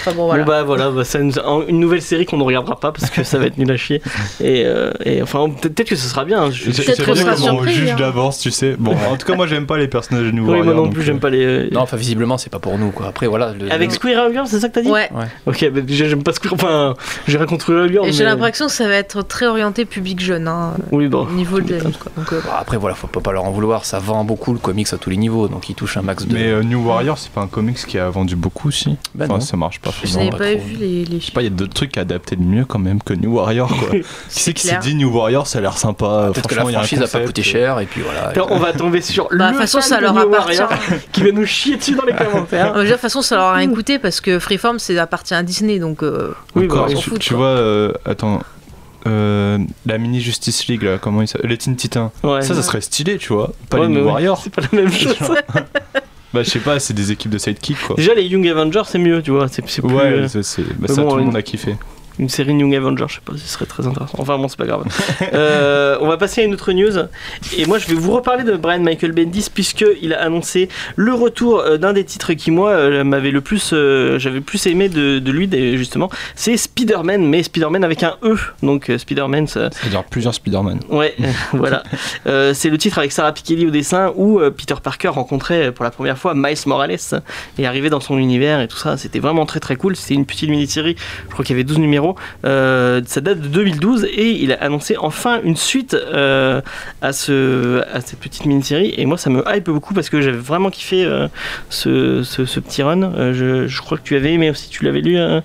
S2: Enfin bon, voilà.
S1: Bon bah voilà, bah, c'est une, une nouvelle série qu'on ne regardera pas parce que ça va être nul à chier. Et, euh, et enfin peut- peut-être que ce sera bien. hein, je- je-
S3: C'est-
S2: Peut-être
S3: c'est
S2: qu'on
S3: bien
S2: sera
S3: comment on
S2: surpris,
S3: juge
S2: hein.
S3: d'avance, tu sais. Bon, en tout cas, moi j'aime pas les personnages de New
S1: Oui,
S3: Warrior.
S1: moi non
S3: donc,
S1: plus,
S3: euh,
S1: j'aime pas les.
S4: Non, enfin, visiblement, c'est pas pour nous, quoi. Après, voilà. le-
S1: Avec
S4: le-
S1: Squirrel Girl, c'est ça que t'as dit
S2: Ouais.
S1: Ok, bah déjà j'aime pas Squirrel. Enfin, j'ai rien contre Squirrel Girl.
S2: Et j'ai
S1: mais- Oh,
S2: l'impression que ça va être très orienté public jeune, hein,
S1: Oui, bon.
S2: au niveau de la news, quoi. Donc, euh,
S4: Bon, bah, Après, voilà, faut pas pas leur en vouloir. Ça vend beaucoup le comics à tous les niveaux, donc ils touchent un max de.
S3: Mais euh, New Warrior, c'est pas un comics qui a vendu beaucoup, si.
S1: Ah
S4: Ben
S3: Enfin,
S4: non.
S3: ça marche pas.
S2: je
S4: non,
S3: forcément.
S2: n'avais
S4: pas
S2: pas
S4: trop.
S2: vu les, les
S3: Je sais pas, il y a d'autres trucs à adapter de mieux quand même que New Warrior, quoi. qui c'est qui s'est
S2: clair.
S3: dit New Warrior, ça a l'air sympa.
S4: Peut-être que la
S3: franchement, il y a un
S4: franchise a pas
S3: concept. euh,
S4: coûté cher, et puis voilà.
S1: Attends, on va tomber sur
S2: Bah,
S1: le
S2: de toute façon,
S1: fan
S2: ça
S1: de
S2: leur
S1: New
S2: appartient.
S1: Warrior qui va nous chier dessus dans les commentaires.
S2: Euh, déjà, de toute façon, ça leur a rien coûté parce que Freeform, c'est appartient à Disney, donc. euh,
S1: Oui, bah,
S3: Encore,
S2: on s'en
S3: tu,
S2: fout,
S3: tu
S2: quoi.
S3: vois, euh, attends, euh, la mini Justice League, là, comment il s'appelle Les Teen Titans.
S1: ouais.
S3: Ça, ça serait stylé, tu vois. Pas
S1: Ouais,
S3: les
S1: mais
S3: New
S1: ouais,
S3: Warriors.
S1: C'est pas la même chose.
S3: Bah, je sais pas, c'est des équipes de sidekick, quoi.
S1: Déjà, les Young Avengers, c'est mieux, tu vois. C'est c'est plus.
S3: Ouais,
S1: euh,
S3: c'est- c'est- bah,
S1: mais
S3: ça,
S1: bon,
S3: tout le
S1: ouais.
S3: monde a kiffé.
S1: Une série New Avenger, je sais pas, ce serait très intéressant. Enfin bon, c'est pas grave. Euh, on va passer à une autre news. Et moi, je vais vous reparler de Brian Michael Bendis, puisqu'il a annoncé le retour euh, d'un des titres qui, moi, euh, m'avait le plus. euh, J'avais le plus aimé de, de lui, des- justement. C'est Spider-Man, mais Spider-Man avec un E. Donc, euh, Spider-Man, ça-
S3: C'est-à-dire plusieurs Spider-Man.
S1: Ouais, euh, voilà. Euh, c'est le titre avec Sarah Piketty au dessin où euh, Peter Parker rencontrait euh, pour la première fois Miles Morales hein, et arrivait dans son univers et tout ça. C'était vraiment très très cool. C'était une petite mini-série. Je crois qu'il y avait 12 numéros. Euh, ça date de 2012 et il a annoncé enfin une suite euh, à, ce, à cette petite mini-série. Et moi, ça me hype beaucoup parce que j'avais vraiment kiffé euh, ce, ce- ce petit run. Euh, je, je crois que tu avais aimé aussi. Tu l'avais lu euh,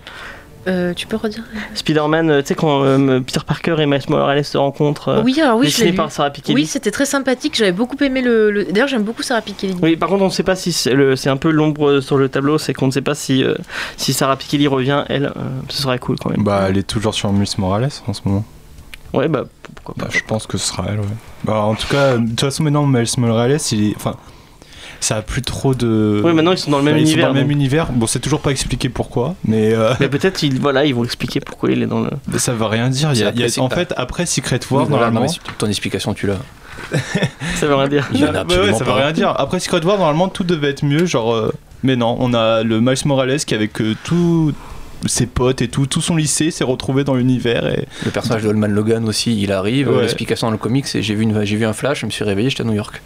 S2: euh, tu peux redire
S1: Spider-Man, euh, tu sais, quand euh, Peter Parker et Miles Morales se rencontrent. euh,
S2: Ah Oui, alors oui, je l'ai
S1: dessiné
S2: lu.
S1: par Sarah Piketty.
S2: Oui, c'était très sympathique. J'avais beaucoup aimé le. le- D'ailleurs, j'aime beaucoup Sarah Piketty.
S1: Oui, par contre, on ne sait pas si c'est le- c'est un peu l'ombre sur le tableau, c'est qu'on ne sait pas si, euh, si Sarah Piketty revient, elle, euh, ce serait cool quand même.
S3: Bah, elle est toujours sur Miles Morales en ce moment.
S1: Ouais, bah pourquoi pas.
S3: Bah, je pense que ce sera elle, ouais. Bah, en tout cas, de toute façon, maintenant, Miles Morales, il est. Enfin, ça a plus trop de.
S1: Ouais, maintenant ils sont dans le même
S3: Enfin, bah, ils sont
S1: univers.
S3: dans le même
S1: donc.
S3: univers. Bon, c'est toujours pas expliqué pourquoi, mais euh,
S1: Mais peut-être ils, voilà, ils vont expliquer pourquoi il est dans le.
S3: ça veut rien dire. Il y a- il y
S4: C'est
S3: a-
S4: après, c'est
S3: en
S4: que
S3: fait, après Secret
S4: Oui,
S3: War,
S4: voilà, non, mais
S3: normalement.
S4: c'est- ton explication, tu l'as.
S1: Ça veut rien dire.
S4: Il y en a
S3: bah Ouais,
S4: absolument
S3: ouais, ça veut
S4: pas.
S3: rien dire. Après Secret War, normalement, tout devait être mieux. Genre, euh, mais non, on a le Miles Morales qui, avec euh, tous ses potes et tout, tout son lycée, s'est retrouvé dans l'univers. Et...
S4: Le personnage de Holman Logan aussi, il arrive. euh,
S3: Ouais.
S4: L'explication dans le comics, c'est j'ai vu, une- j'ai vu un flash, je me suis réveillé, j'étais à New York.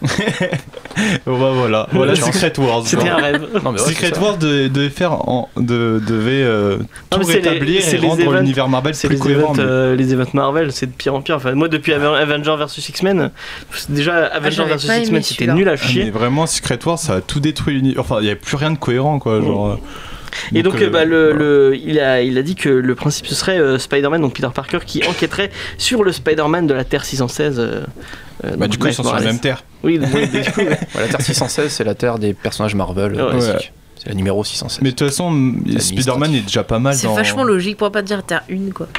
S3: Bah, voilà, voilà
S4: Chance.
S3: Secret Wars.
S1: C'était un rêve.
S4: Non, mais ouais, c'est
S3: Secret
S4: ça.
S3: Wars de- devait faire en- de- devait euh,
S1: Non,
S3: tout
S1: mais c'est les-
S3: rétablir
S1: c'est
S3: et
S1: les
S3: rendre
S1: events-
S3: l'univers Marvel
S1: C'est
S3: plus
S1: les
S3: cohérent.
S1: events,
S3: mais-
S1: euh, les events Marvel, c'est de pire en pire. Enfin, moi depuis Aven- Avenger vs X-Men, déjà Avenger
S2: Ah, j'avais
S1: vs
S2: pas aimé
S1: X-Men c'était
S2: celui-là.
S1: nul à
S3: Ah,
S1: chier.
S3: Mais vraiment, Secret Wars, ça a tout détruit l'univers. Enfin, il n'y avait plus rien de cohérent, quoi. Genre, euh,
S1: Et donc, euh, bah, le,
S3: voilà.
S1: le- il, a, il a dit que le principe ce serait euh, Spider-Man, donc Peter Parker, qui enquêterait sur le Spider-man de la Terre 616. euh, euh,
S3: Bah,
S1: donc
S3: du coup, ils sont
S1: Miles
S3: sur la
S1: Morales.
S3: même terre.
S1: Oui, donc, oui, du coup, ouais.
S4: Ouais, la Terre 616, c'est la terre des personnages Marvel. euh,
S1: Ouais.
S4: classiques. C'est C'est la numéro 616.
S3: Mais de toute façon, m-
S4: administratif.
S3: Spider-Man est déjà pas mal
S2: C'est
S3: dans.
S2: vachement logique pour pas dire Terre 1 quoi.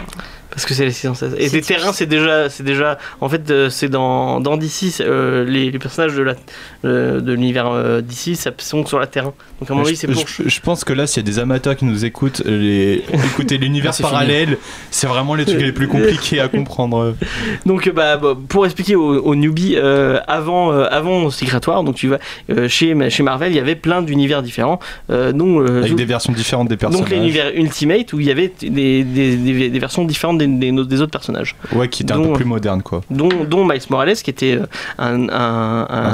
S1: Parce que c'est les 616. Et
S2: C'est
S1: des
S2: difficile.
S1: terrains, c'est déjà, c'est déjà. En fait, euh, c'est dans, dans DC, euh, les, les personnages de la euh, de l'univers euh, DC, ça sont sur la terrain. Donc à mon
S3: Bah, Je,
S1: avis, Ah c'est pour.
S3: je- je pense que là, s'il y a des amateurs qui nous écoutent, les... écouter l'univers
S4: c'est fini.
S3: parallèle, c'est vraiment les trucs les plus compliqués à comprendre.
S1: Donc euh, bah, bah, pour expliquer aux, aux newbies, euh, avant euh, avant Secret War, donc tu vas euh, chez Ma- chez Marvel, il y avait plein d'univers différents, euh, dont euh,
S3: Avec
S1: Zo-
S3: des versions différentes des personnages.
S1: donc l'univers Ultimate où il y avait des, des, des- des versions différentes des- des- des autres personnages.
S3: Ouais, qui était un
S1: dont-
S3: peu plus moderne, quoi.
S1: dont, dont Miles Morales qui était euh, un, un, un,
S3: Un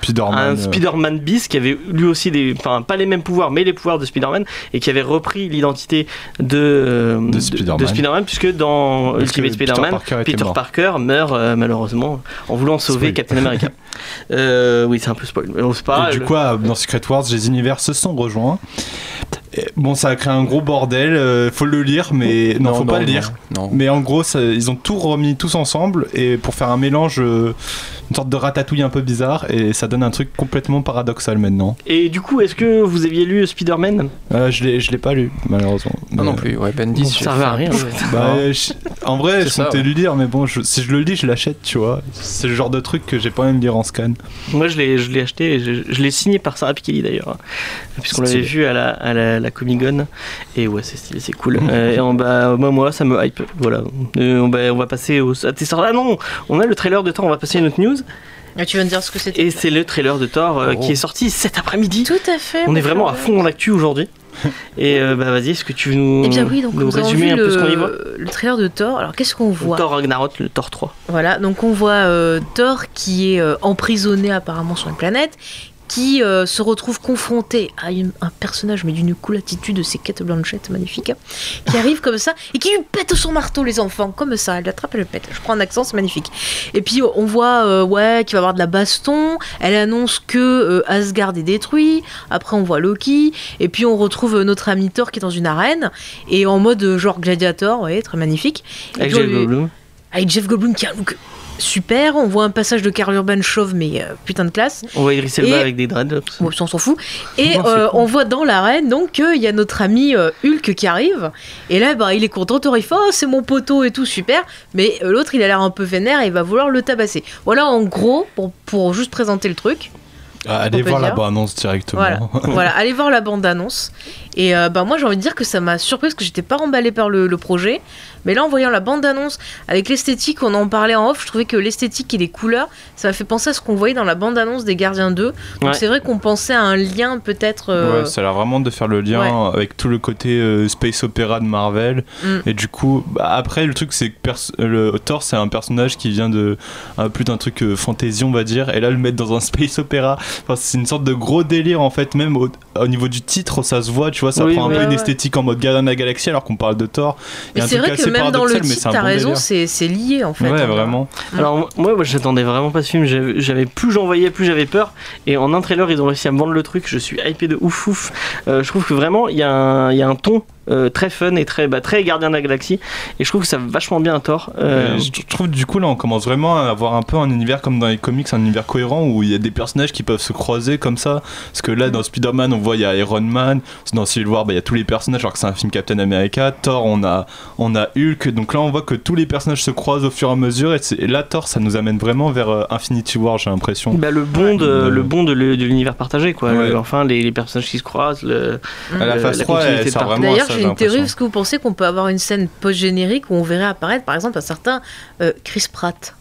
S3: Spider-Man.
S1: un
S3: euh,
S1: Spider-Man bis qui avait lui aussi des enfin pas les mêmes pouvoirs mais les pouvoirs de Spider-Man et qui avait repris l'identité de, euh, de- de
S3: Spider-Man.
S1: Spider-Man, puisque dans
S3: Parce que
S1: Ultimate
S3: Peter
S1: Spider-Man
S3: Parker était
S1: Peter
S3: mort.
S1: Parker meurt euh, malheureusement en voulant sauver
S3: Spoil.
S1: Captain America Euh, oui c'est un peu spoil mais on sait pas
S3: Et du
S1: le-
S3: coup, à- dans Secret Wars, les univers se sont rejoints. Et bon, ça a créé un gros bordel. euh, faut le lire, mais Oh, non, faut pas le lire.
S4: Non.
S3: Mais en gros, ça- ils ont tout remis tous ensemble et pour faire un mélange, euh, une sorte de ratatouille un peu bizarre et ça donne un truc complètement paradoxal maintenant.
S1: et du coup est-ce que vous aviez lu Spider-Man
S3: Euh, je l'ai, je l'ai pas lu malheureusement.
S4: Ah non
S3: Mais-
S4: plus, ouais, Bendis. j'ai
S1: ça va
S4: fait-
S1: à rien en fait.
S3: Bah, je- en vrai,
S4: C'est
S3: je
S4: ça,
S3: comptais
S4: ouais.
S3: le lire, mais bon, je- si je le lis, je l'achète, tu vois. C'est le genre de truc que j'ai pas envie de lire en scan.
S1: Moi, je l'ai, je l'ai acheté, et je, je l'ai signé par Sarah Pikeli d'ailleurs, hein, puisqu'on l'avait
S4: Stylé.
S1: vu à la, à la, Comic Con. Et ouais, c'est stylé, c'est cool. Euh, et en bas, moi, moi, ça me hype. Voilà. Euh, on, va, on va passer au. À tes sorties. Ah non On a le trailer de Thor, on va passer à une autre news.
S2: Ah, tu viens de dire ce que c'était.
S1: Et c'est le trailer de Thor euh,
S4: Oh.
S1: qui est sorti cet après-midi.
S2: Tout à fait.
S1: On est
S2: mon
S1: vraiment à
S2: cher.
S1: fond dans l'actu aujourd'hui. Et euh, bah vas-y, est-ce que tu veux nous,
S2: Eh bien oui, donc
S1: nous
S2: nous avons
S1: résumer
S2: vu
S1: un peu ce qu'on y voit
S2: le, le trailer de Thor. Alors qu'est-ce qu'on voit
S1: Thor Ragnarok, le Thor 3.
S2: Voilà, donc on voit euh, Thor qui est euh, emprisonné apparemment sur une planète, qui euh, se retrouve confronté à une- un personnage mais d'une cool attitude, c'est Kate Blanchett, magnifique, hein, qui arrive comme ça et qui lui pète son marteau les enfants, comme ça, elle l'attrape, elle le pète. Je prends un accent, c'est magnifique. Et puis on voit euh, ouais qu'il va avoir de la baston, elle annonce que euh, Asgard est détruit, après on voit Loki, et puis on retrouve euh, notre ami Thor qui est dans une arène, et en mode euh, genre gladiator, ouais, très magnifique. Et
S1: Avec
S2: puis, on
S1: Jeff
S2: lui-
S1: Goldblum.
S2: avec Jeff Goldblum qui a un look super. On voit un passage de Karl Urban chauve, mais euh, putain de classe.
S1: On voit Idris Elba
S2: Et-
S1: avec des dreadlocks.
S2: Bon, ça, on s'en fout. Et
S3: Non, c'est
S2: euh,
S3: cool.
S2: on voit dans l'arène, donc, qu'il y a notre ami euh, Hulk qui arrive. Et là, bah, il est content. Thor, il fait Oh, c'est mon poteau et tout, super. Mais euh, l'autre, il a l'air un peu vénère et il va vouloir le tabasser. Voilà, en gros, pour, pour juste présenter le truc.
S3: allez
S2: peut
S3: voir la
S2: dire.
S3: bande-annonce directement.
S2: Voilà. voilà, allez voir la bande-annonce. Et euh, bah, moi, j'ai envie de dire que ça m'a surprise, parce que j'étais pas emballée par le, le projet. Mais là, en voyant la bande-annonce, avec l'esthétique, on en parlait en off, je trouvais que l'esthétique et les couleurs, ça m'a fait penser à ce qu'on voyait dans la bande-annonce des Gardiens 2. Donc
S1: Ouais.
S2: c'est vrai qu'on pensait à un lien peut-être... euh,
S3: Ouais, ça a l'air vraiment de faire le lien avec tout le côté euh, space opéra de Marvel.
S2: Mm.
S3: Et du coup, bah, après, le truc, c'est que perso- le Thor, c'est un personnage qui vient de un- plus d'un truc euh, fantasy, on va dire. Et là, le mettre dans un space opéra, Enfin, c'est une sorte de gros délire, en fait. Même au, au niveau du titre, ça se voit, tu vois, ça
S1: Oui,
S3: prend un
S1: ouais,
S3: peu une
S2: ouais.
S3: esthétique en mode Gardien de la Galaxie, alors qu'on parle de Thor. Il y
S2: Mais
S3: a un
S2: c'est
S3: truc
S2: vrai que
S3: assez
S2: même dans le
S3: paradoxal, mais
S2: titre,
S3: c'est un
S2: t'as
S3: bon
S2: raison,
S3: délire.
S2: c'est c'est lié en fait.
S3: Ouais,
S2: hein.
S3: vraiment.
S1: Alors moi, moi, j'attendais vraiment pas ce film, J'avais- j'avais plus j'en voyais, plus j'avais peur, et en un trailer ils ont réussi à me vendre le truc, je suis hypé de ouf ouf, Euh, je trouve que vraiment il y, a un- il y a un ton euh, très fun et très, bah, très gardien de la galaxie, et je trouve que ça va vachement bien à tort. Euh,
S3: Euh, Je je trouve du coup là on commence vraiment à avoir un peu un univers comme dans les comics, un univers cohérent où il y a des personnages qui peuvent se croiser comme ça. Parce que là dans Spider-Man on voit il y a Iron Man, dans Civil War bah, il y a tous les personnages alors que c'est un film Captain America, Thor on a, on a Hulk, donc là on voit que tous les personnages se croisent au fur et à mesure et, c'est- et là Thor ça nous amène vraiment vers euh, Infinity War j'ai
S2: Mm.
S3: l'impression.
S1: bah, le bond, euh,
S3: Ouais.
S1: le bond de, le- de l'univers partagé quoi.
S3: Ouais.
S1: Le- enfin les, les personnages qui se croisent, le...
S3: À la
S1: Euh,
S3: phase
S1: la
S3: 3
S1: continuité
S3: elle
S1: de
S3: sert
S1: Thor.
S3: vraiment à
S2: D'ailleurs,
S3: ça,
S2: j'ai
S3: j'ai
S2: une théorie,
S3: l'impression.
S2: est-ce que vous pensez qu'on peut avoir une scène post-générique où on verrait apparaître par exemple un certain euh, Chris Pratt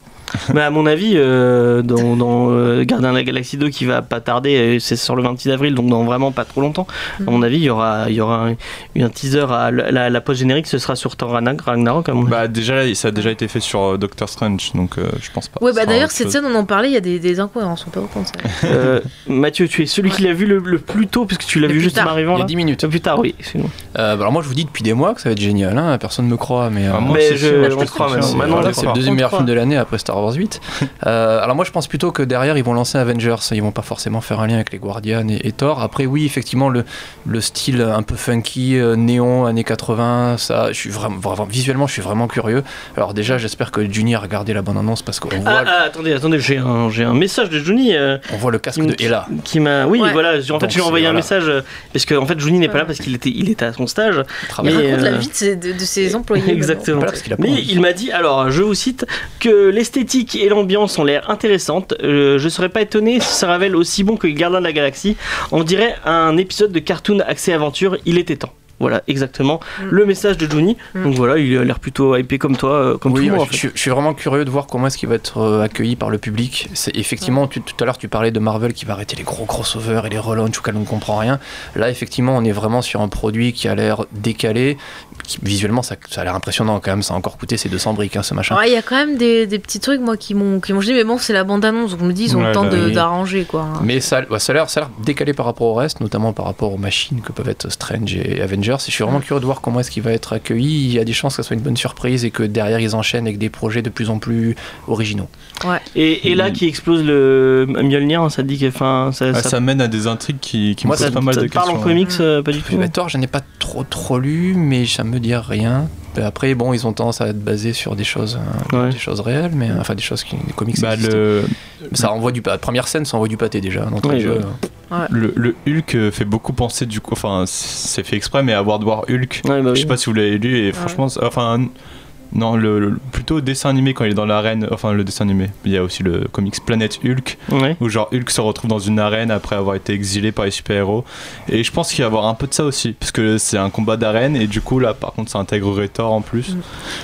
S1: Mais à mon avis, euh, dans, dans euh, Gardien de la Galaxie 2 qui va pas tarder, euh, c'est sur le 26 avril, donc dans vraiment pas trop longtemps,
S2: Mm.
S1: à mon avis, il y aura, il y aura un, un teaser, à, la, la- la pause générique, ce sera sur Thor Ragna- Ragnarok, à mon avis.
S3: Bah déjà là, ça a déjà été fait sur euh, Doctor Strange donc euh, je pense pas.
S2: Ouais,
S3: Ça
S2: bah
S3: sera
S2: d'ailleurs,
S3: autre
S2: cette
S3: chose.
S2: scène, on en parlait, il y a des, des incohérences, on peut reprendre ça.
S1: Euh, Mathieu, tu es celui qui l'a vu le, le plus tôt, puisque tu l'as
S2: Le
S1: vu
S2: plus
S1: juste en
S2: tard.
S1: arrivant
S4: Il y a
S1: là.
S4: 10 minutes.
S1: Euh, Plus tard, oui. excuse-moi.
S4: Euh, bah, alors moi je vous dis depuis des mois que ça va être génial, hein, personne ne me croit, mais... euh,
S3: Ah, moi,
S1: mais
S3: c'est
S1: je,
S3: sûr,
S1: on
S3: je
S1: te croit
S3: confirme,
S1: maintenant.
S4: c'est
S1: Maintenant, on
S4: voilà,
S1: te
S4: c'est le
S1: croit.
S4: deuxième
S2: On
S4: meilleur
S2: croit.
S4: film de l'année après Star Wars 8. Euh, alors moi je pense plutôt que derrière ils vont lancer Avengers, ils vont pas forcément faire un lien avec les Guardians et, et Thor. Après oui effectivement le, le style un peu funky, euh, néon, années 80, ça, je suis vraiment, vraiment- visuellement je suis vraiment curieux. Alors déjà j'espère que Juni a regardé la bande annonce parce qu'on voit,
S1: Ah, ah, attendez, attendez, j'ai un, j'ai un message de Johnny euh,
S4: on voit le casque
S1: il me-
S4: de Hela.
S1: qui m'a. Oui,
S2: Ouais.
S1: voilà, j'ai- en fait,
S4: Donc,
S1: j'ai
S4: c'est-
S1: envoyé un
S4: voilà.
S1: message euh, parce que en fait, Johnny n'est pas là
S2: Ouais.
S1: parce qu'il était, il était à son stage.
S4: Travail.
S2: Il
S1: Mais,
S2: raconte la
S1: euh,
S2: vie de ses, de, de ses employés.
S1: Exactement.
S4: Voilà, parce qu'il a pas
S1: Mais
S4: envie.
S1: il m'a dit, alors je vous cite, que l'esthétique et l'ambiance ont l'air intéressantes. Euh, je serais pas étonné si ça révèle aussi bon que Gardien de la Galaxie. On dirait un épisode de cartoon axé aventure. Il était temps. Voilà, exactement.
S2: Mm.
S1: Le message de Johnny.
S2: Mm.
S1: Donc voilà, il a l'air plutôt hypé comme toi, euh, comme
S4: Oui,
S1: tout le monde.
S4: ouais,
S1: en
S4: je,
S1: fait.
S4: je suis vraiment curieux de voir comment est-ce qu'il va être euh, accueilli par le public. C'est effectivement, tu- tout à l'heure tu parlais de Marvel qui va arrêter les gros crossovers et les relaunchs auxquels on ne comprend rien. Là, effectivement, on est vraiment sur un produit qui a l'air décalé. qui- visuellement, ça, ça a l'air impressionnant quand même. Ça a encore coûté ces 200 briques, hein, ce machin.
S2: Ouais, il y a quand même des, des petits trucs moi qui m'ont qui m'ont gêné mais bon c'est la bande annonce donc je me dis ils ont
S3: Ouais,
S2: le temps
S3: bah
S2: de-
S4: oui.
S2: d'arranger quoi. hein.
S4: Mais ça, ouais, ça a l'air ça a l'air décalé par rapport au reste, notamment par rapport aux machines que peuvent être Strange et Avengers. Et je suis vraiment curieux de voir comment est-ce qu'il va être accueilli. Il y a des chances que ce soit une bonne surprise et que derrière ils enchaînent avec des projets de plus en plus originaux.
S1: Et, et là,
S4: Mm.
S1: qui explose le euh, Mjolnir, ça te dit que. Enfin, ça,
S3: Ah,
S1: ça-
S3: ça mène à des intrigues qui, qui
S4: Moi,
S3: me posent
S4: ça-
S3: pas mal
S1: ça
S3: de
S1: te parle
S3: questions.
S1: en
S4: hein.
S1: comics, euh, pas du tout.
S4: Puis bah, Thor, je n'ai pas trop trop lu, mais ça me dit rien. Euh, Après, bon, ils ont tendance à être basés sur des choses, hein,
S1: Ouais.
S4: des choses réelles, mais euh, enfin des choses qui, des comics.
S3: Bah,
S4: existent.
S3: le,
S4: Ça envoie du, pa- la première scène, ça envoie du pâté déjà. d'entrée
S1: Oui,
S4: de jeu.
S2: Euh,
S1: ouais.
S3: le, le Hulk euh, fait beaucoup penser du coup, enfin c'est fait exprès, mais à World War Hulk.
S1: Ouais, bah
S3: Je
S1: oui.
S3: sais pas si vous l'avez lu et franchement, c'est- enfin non, le, le- plutôt dessin animé quand il est dans l'arène, enfin le dessin animé. Il y a aussi le comics Planète Hulk
S1: Ouais.
S3: où genre Hulk se retrouve dans une arène après avoir été exilé par les super-héros. Et je pense qu'il va y avoir un peu de ça aussi, parce que c'est un combat d'arène et du coup là par contre ça intégrerait Thor en plus.
S2: Mm.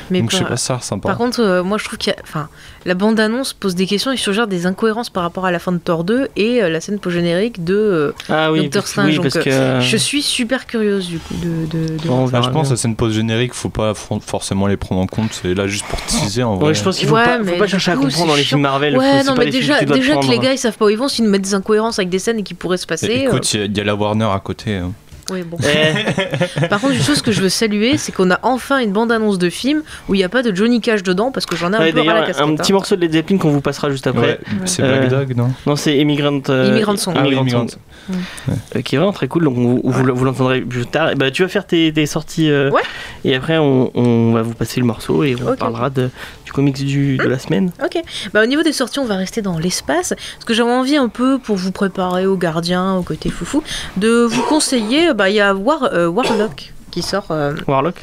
S2: Mais
S3: Donc je sais
S2: par,
S3: pas ça, sympa.
S2: par contre euh, moi je trouve que enfin la bande annonce pose des questions et suggère des incohérences par rapport à la fin de Thor 2 et euh, la scène post générique de euh,
S1: Ah oui,
S2: Docteur
S1: parce,
S2: Strange,
S1: oui,
S2: donc,
S1: parce
S2: euh,
S1: que.
S2: je suis super curieuse du coup de, de, de-
S1: Ah. Bon, on
S3: Là,
S1: verra
S3: je pense
S1: bien.
S3: que c'est une pause générique, faut pas fron- forcément les prendre en compte, c'est là juste pour teaser en vrai.
S1: Ouais, je pense qu'il faut
S2: Ouais,
S1: pas, faut
S2: mais
S1: pas
S2: du
S1: chercher à
S2: coup,
S1: comprendre
S2: c'est
S1: dans les films Marvel. faut-
S2: Ouais,
S1: c'est
S2: non,
S1: pas
S2: mais
S1: les films
S2: déjà,
S1: tu dois te
S2: déjà que
S1: prendre. hein.
S2: les gars ils savent pas où ils vont, s'ils nous mettent des incohérences avec des scènes qui pourraient se
S3: Et
S2: passer. euh,
S3: Eh, Écoute, il y a- il y, a la Warner à côté. hein.
S2: ouais, bon.
S1: Eh,
S2: Par contre, une chose que je veux saluer, c'est qu'on a enfin une bande-annonce de film où il n'y a pas de Johnny Cash dedans parce que j'en ai un
S1: Ouais,
S2: peu ras la
S1: D'ailleurs,
S2: casquette.
S1: un
S2: hein.
S1: petit morceau de Led Zeppelin qu'on vous passera juste après.
S3: Ouais, c'est
S1: Euh,
S3: Black Dog, non
S1: Non, c'est Immigrant, euh,
S2: Immigrant Song. Mm.
S3: Ah oui,
S1: Immigrant
S3: Immigrant.
S1: Song, euh, qui est vraiment très cool. Donc vous, vous le- vous l'entendrez plus tard. Et Bah, tu vas faire tes, tes sorties. euh,
S2: Ouais.
S1: Et après, on, on va vous passer le morceau et on
S2: Ok. Hmm.
S1: parlera de- du comics du, de la semaine.
S2: Ok. Bah, au niveau des sorties, on va rester dans l'espace. Parce que j'avais envie un peu, pour vous préparer aux gardiens, au côté foufou, de vous conseiller. Bah, Il y a War, euh, Warlock qui sort, euh,
S1: Warlock.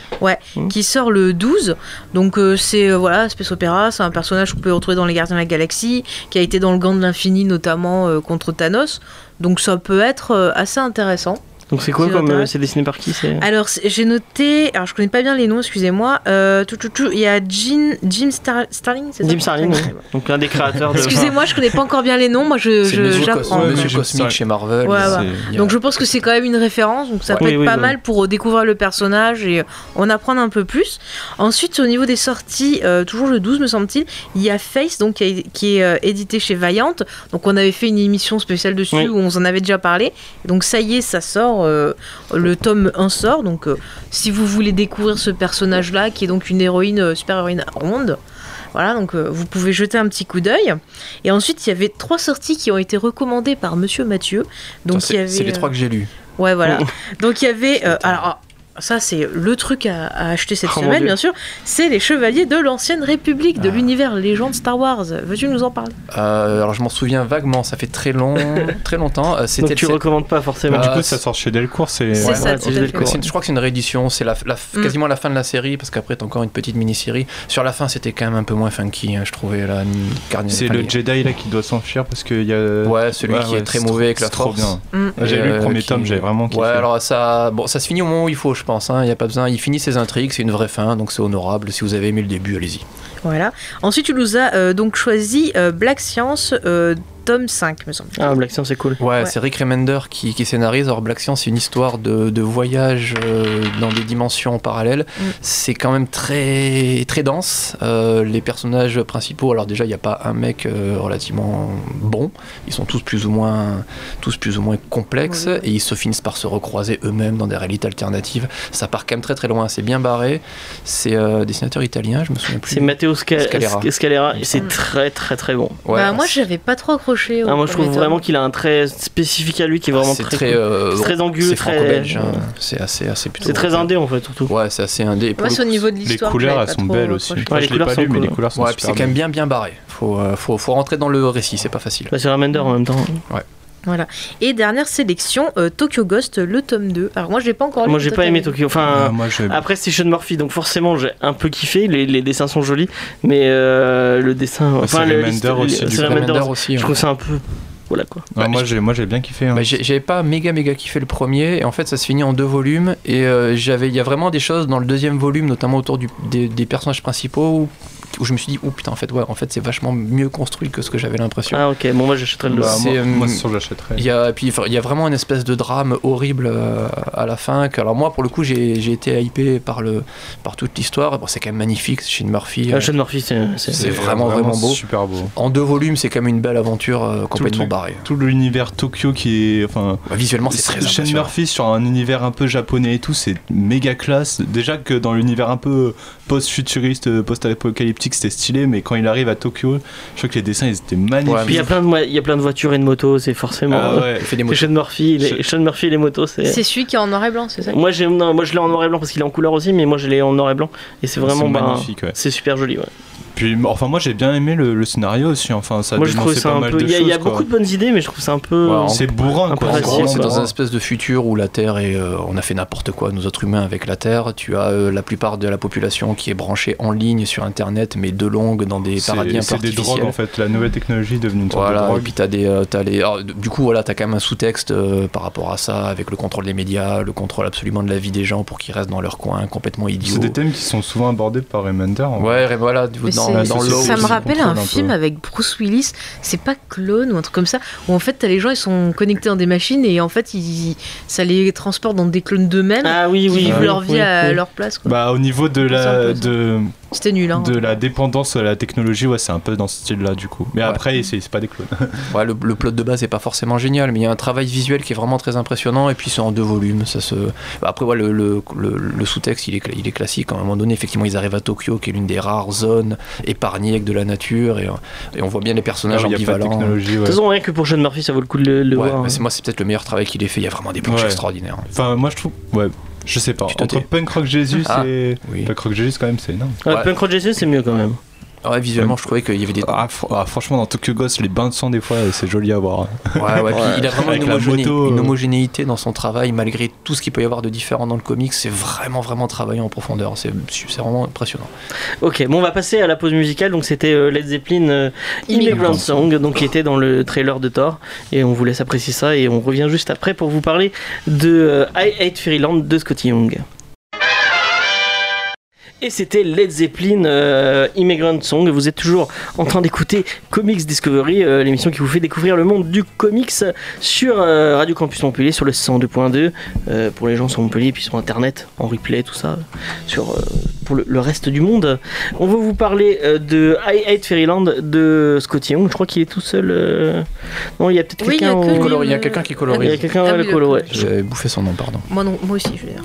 S2: qui sort le 12. Donc, euh, c'est euh, voilà, Space Opera. C'est un personnage qu'on peut retrouver dans Les Gardiens de la Galaxie, qui a été dans le Gant de l'Infini, notamment euh, contre Thanos. Donc, ça peut être euh, assez intéressant.
S1: Donc c'est quoi
S2: C'est
S1: comme. euh,
S2: intéressant.
S1: c'est dessiné par qui c'est-
S2: Alors, c'est- j'ai noté. Alors, je connais pas bien les noms, excusez-moi. Euh, tout, tout, tout, Il y a Jim, Jim Star- Starling, c'est ça
S1: Jim Starlin, ouais. donc un des créateurs de.
S2: Excusez-moi, je connais pas encore bien les noms. Moi, je,
S4: C'est
S2: je-
S4: Monsieur
S2: j'apprends.
S4: Cos-
S3: Ouais,
S4: Monsieur
S3: ouais.
S4: Cosmique chez Marvel.
S2: Ouais,
S4: c'est-
S2: ouais.
S4: il y a-
S2: Donc, je pense que c'est quand même une référence. Donc, ça
S4: Ouais.
S2: peut
S1: Oui,
S2: être
S1: oui,
S2: pas
S1: bah.
S2: mal pour euh, découvrir le personnage et euh, en apprendre un peu plus. Ensuite, au niveau des sorties, euh, toujours le 12, me semble-t-il, il y a Face, donc qui est, qui est, euh, édité chez Valiant. Donc, on avait fait une émission spéciale dessus
S1: Oui.
S2: où on en avait déjà parlé. Donc, ça y est, ça sort. euh, le tome 1 sort. Donc, euh, si vous voulez découvrir ce personnage-là, qui est donc une héroïne, euh, super-héroïne ronde, voilà, donc euh, vous pouvez jeter un petit coup d'œil. Et ensuite, il y avait trois sorties qui ont été recommandées par Monsieur Mathieu.
S4: Attends,
S2: Donc, il y
S4: c'est
S2: avait,
S4: c'est les
S2: euh,
S4: trois Oh. que j'ai lus.
S2: Ouais, voilà. Donc, il y avait. euh, alors, ah, ça, c'est le truc à, à acheter cette
S1: Oh, mon
S2: semaine,
S1: Dieu.
S2: bien sûr. C'est les Chevaliers de l'Ancienne République, de
S4: Ah.
S2: l'univers légende Star Wars. Veux-tu nous en parler
S4: Euh, alors je m'en souviens vaguement, ça fait très long, très longtemps. Euh, C'était
S1: Donc tu
S4: le-
S1: recommandes pas forcément.
S4: Bah,
S3: Du coup,
S4: Ah,
S3: ça
S4: c'est-
S3: sort chez Delcourt, c'est.
S2: C'est
S3: Ouais.
S2: ça,
S1: ouais,
S2: tout
S1: c'est
S2: à
S1: juste
S2: fait.
S1: les cours.
S4: c'est- Je crois que c'est une réédition, c'est la, la-
S2: Mm.
S4: quasiment la fin de la série parce qu'après t'as encore une petite mini-série. Sur la fin c'était quand même un peu moins funky, hein, je trouvais la ni- Guardian-
S3: C'est
S4: enfin,
S3: le
S4: les-
S3: Jedi là qui doit s'enfuir parce qu'il y a.
S4: Ouais, celui
S3: Ouais,
S4: qui
S3: ouais,
S4: est très
S3: c'est
S4: mauvais
S3: trop-
S4: avec la
S3: c'est trop
S4: force.
S3: bien.
S2: Mm.
S3: J'ai
S4: Euh,
S3: lu le premier
S4: qui-
S3: tome, j'ai vraiment kiffé.
S4: Ouais, alors ça, bon, ça se finit au moment où il faut, je pense. hein. Il n'y a pas besoin. Il finit ses intrigues, c'est une vraie fin, donc c'est honorable. Si vous avez aimé le début, allez-y.
S2: Voilà. Ensuite, tu nous as euh, donc choisi euh, Black Science, euh, tome 5, me semble.
S1: Ah, Black Science, c'est cool.
S4: Ouais,
S2: Ouais.
S4: c'est Rick Remender qui, qui scénarise. Or, Black Science, c'est une histoire de, de voyage euh, dans des dimensions parallèles.
S2: Mm.
S4: C'est quand même très, très dense. Euh, les personnages principaux, alors déjà, il n'y a pas un mec euh, relativement bon. Ils sont tous plus ou moins, tous plus ou moins complexes
S2: Oui.
S4: et ils se finissent par se recroiser eux-mêmes dans des réalités alternatives. Ça part quand même très très loin. C'est bien barré. C'est euh, dessinateur italien, je me souviens plus.
S1: C'est Matteo Sca-
S4: Scalera.
S1: Sc- Scalera,
S4: Il me
S1: et
S2: Hmm.
S1: c'est très très très bon.
S4: Ouais,
S2: bah, moi, j'avais pas trop accroché. au
S1: Ah, moi je trouve
S2: premier
S1: vraiment
S2: tome.
S1: qu'il a un trait spécifique à lui
S3: Ah,
S1: qui est vraiment
S4: c'est
S1: très,
S4: très,
S1: cool.
S4: euh,
S1: C'est très anguleux,
S4: c'est
S1: très-
S4: franco-belge. hein. C'est assez, assez plutôt.
S1: C'est très indé en fait, surtout.
S4: Ouais, c'est assez indé. et pour
S2: Moi,
S4: le
S2: c'est au
S4: coup,
S2: niveau de
S3: Les
S2: l'histoire. que
S3: couleurs,
S2: j'avais
S3: elles
S2: pas
S3: sont
S2: trop
S3: belles aussi.
S2: accroché.
S3: Enfin,
S1: Ouais, les
S3: je l'ai
S1: couleurs
S3: pas
S1: sont
S3: lu, mais
S1: cool,
S3: les
S1: ouais.
S3: couleurs sont
S4: Ouais, puis
S3: super
S4: c'est quand même
S3: belles.
S4: bien bien barré. Faut, euh, faut, faut rentrer dans le récit, c'est pas facile.
S1: Bah, c'est Ramender en même temps.
S2: Voilà. Et dernière sélection, euh, Tokyo Ghost, le tome 2. Alors, moi, j'ai pas encore lu.
S1: Moi
S2: Oh, le
S1: j'ai
S2: tome
S1: pas aimé
S2: un.
S1: Tokyo.
S3: Ah,
S1: Enfin,
S3: moi, je-
S1: après c'est Sean Murphy, donc forcément j'ai un peu kiffé. Les, les dessins sont jolis, mais euh, le dessin. Enfin,
S3: c'est
S1: le-
S3: Remender
S1: l'histoire-
S3: aussi, du
S1: c'est
S3: coup.
S1: Remender
S4: Remender
S1: aussi.
S4: aussi.
S1: Je
S4: ouais.
S1: trouve ça un peu. Voilà quoi.
S3: Ah, moi, j'ai- moi, j'ai bien kiffé. hein.
S4: Bah, j'ai- J'avais pas méga méga kiffé le premier et en fait ça se finit en deux volumes et euh, j'avais il y a vraiment des choses dans le deuxième volume notamment autour du, des, des personnages principaux où, où je me suis dit oh putain en fait ouais en fait c'est vachement mieux construit que ce que j'avais l'impression.
S1: Ah ok, bon moi j'achèterai le.
S3: Bah, moi-
S4: c'est, euh,
S3: Moi, c'est sûr, j'achèterais.
S4: Il y a, et puis enfin, il y a vraiment une espèce de drame horrible euh, à la fin. Que, alors moi, pour le coup, j'ai j'ai été hypé par, le, par toute l'histoire. Bon, c'est quand même magnifique, c'est Shane Murphy.
S1: Ah,
S4: euh,
S1: Sean Murphy, c'est. c'est-
S4: c'est vraiment, vraiment beau.
S3: Super beau.
S4: en deux volumes, c'est quand même une belle aventure euh, complètement
S3: le-
S4: barrée.
S3: Tout l'univers Tokyo qui est. Enfin,
S4: Bah, visuellement, c'est très
S3: Shane
S4: impressionnant.
S3: Murphy sur un univers un peu japonais et tout, c'est méga classe. Déjà que dans l'univers un peu post-futuriste, euh, post-apocalyptique, c'était stylé, mais quand il arrive à Tokyo, je crois que les dessins ils étaient magnifiques.
S4: Ouais,
S1: Puis il y a plein de il y a plein de voitures et de motos, c'est forcément.
S3: Ah ouais.
S4: Il fait des
S1: C'est
S4: mots.
S1: Sean Murphy, les,
S3: Je-
S1: Sean Murphy et les motos, c'est.
S2: C'est celui qui est en noir et blanc, c'est ça
S1: Moi, j'ai- non, moi je l'ai en noir et blanc parce qu'il est en couleur aussi, mais moi je l'ai en noir et blanc et c'est vraiment bah,
S3: magnifique. ouais.
S1: C'est super joli. Ouais.
S3: Puis, enfin, moi j'ai bien aimé le, le scénario aussi. Enfin, ça
S1: moi je trouve
S3: dénonçait
S1: ça
S3: pas
S1: un
S3: mal
S1: peu.
S3: de
S1: Il y a, il y a
S3: choses, quoi.
S1: beaucoup de bonnes idées, mais je trouve ça un peu.
S4: Ouais, en-
S3: C'est bourrin
S1: Un peu
S3: quoi.
S4: En
S1: Ouais,
S4: gros,
S1: si,
S4: c'est
S1: bah,
S4: dans
S1: ouais.
S4: un espèce de futur où la Terre est. euh, on a fait n'importe quoi, nous autres humains, avec la Terre. Tu as euh, la plupart de la population qui est branchée en ligne sur Internet, mais de longue dans des paradis
S3: C'est
S4: un peu
S3: c'est des drogues
S4: artificiels.
S3: en fait. La nouvelle technologie est devenue une sorte de
S4: hein. Voilà, et
S3: drogue.
S4: puis t'as des, euh, t'as les, alors, du coup voilà, t'as quand même un sous-texte euh, par rapport à ça, avec le contrôle des médias, le contrôle absolument de la vie des gens pour qu'ils restent dans leur coin, complètement idiots.
S3: C'est des thèmes qui sont souvent abordés par Remender. en vrai.
S4: Ouais, et voilà, du-
S2: Mais
S4: dans,
S2: c'est-
S4: dans
S3: c'est-
S4: l'eau.
S2: ça
S3: aussi,
S2: me
S3: on
S2: rappelle
S3: contrôle
S2: un
S3: un peu.
S2: film avec Bruce Willis, c'est pas Clone ou un truc comme ça, où en fait t'as les gens ils sont connectés dans des machines et en fait ils, ça les transporte dans des clones d'eux-mêmes
S1: Ah oui,
S2: qui
S1: oui.
S2: vivent
S1: oui,
S2: leur vie
S1: oui,
S2: à
S1: oui.
S2: leur place. quoi.
S3: Bah, au niveau de
S2: C'est un
S3: la,
S2: peu ça.
S3: de,
S2: C'était nul. Hein.
S3: de la dépendance à la technologie, ouais, c'est un peu dans ce style-là du coup. Mais
S4: Ouais.
S3: après, c'est c'est pas des clones.
S4: Ouais, le, le plot de base est pas forcément génial, mais il y a un travail visuel qui est vraiment très impressionnant, et puis c'est en deux volumes. Ça se... Bah, Après, ouais, le, le- le- le sous-texte, il est, cla- il est classique. À un moment donné, effectivement, ils arrivent à Tokyo, qui est l'une des rares zones épargnées avec de la nature, et, euh, et on voit bien les personnages
S3: Il Ah y a pas de
S4: ambivalents.
S3: technologie.
S1: De
S3: ouais.
S1: toute façon, rien que pour Sean Murphy, ça vaut le coup de le, le
S4: Ouais,
S1: voir. hein.
S4: mais c'est- moi, c'est peut-être le meilleur travail qu'il ait fait. Il y a vraiment des planches
S3: Ouais.
S4: extraordinaires. hein,
S3: Enfin, moi je trouve. Ouais, je sais pas.
S4: Tu te
S3: Entre
S4: tais.
S3: Punk Rock Jesus
S4: Ah,
S3: et.
S4: oui.
S3: Punk Rock Jesus, quand même, c'est énorme.
S1: Ouais,
S4: Ouais.
S1: Punk Rock JC, c'est mieux quand même.
S4: Ouais, visuellement, je trouvais qu'il y avait des.
S3: Ah, fr- ah, franchement, dans Tokyo Ghost, les bains de sang, des fois, euh, c'est joli à voir.
S4: Ouais, ouais, puis il a vraiment
S3: Avec
S4: une,
S3: la
S4: homogéné-
S3: moto, euh.
S4: une homogénéité dans son travail, malgré tout ce qu'il peut y avoir de différent dans le comics. C'est vraiment, vraiment travaillé en profondeur. C'est c'est vraiment impressionnant.
S1: Ok, bon, on va passer à la pause musicale. Donc, c'était euh, Led Zeppelin, euh, Immigrant Song, donc qui était dans le trailer de Thor. Et on vous laisse apprécier ça. Et on revient juste après pour vous parler de euh, I Hate Fairyland de Scotty Young. Et c'était Led Zeppelin euh, Immigrant Song. Vous êtes toujours en train d'écouter Comics Discovery, euh, l'émission qui vous fait découvrir le monde du comics sur euh, Radio Campus Montpellier, sur le 102.2. euh, pour les gens sur Montpellier, puis sur Internet, en replay, tout ça, sur, euh, pour le, le reste du monde. On va vous parler euh, de I Hate Fairyland de Scotty Young. Je crois qu'il est tout seul. euh, Non, il y a peut-être
S2: Oui, il y a
S1: quelqu'un.
S2: que
S1: au-
S2: lui.
S4: Color- Il y a quelqu'un qui
S1: Il y a
S4: colorise.
S1: quelqu'un
S2: Ah
S1: à
S2: oui,
S1: la
S2: le
S1: colo, ouais.
S4: J'avais bouffé son nom, pardon.
S2: Moi, non, moi aussi, je veux dire.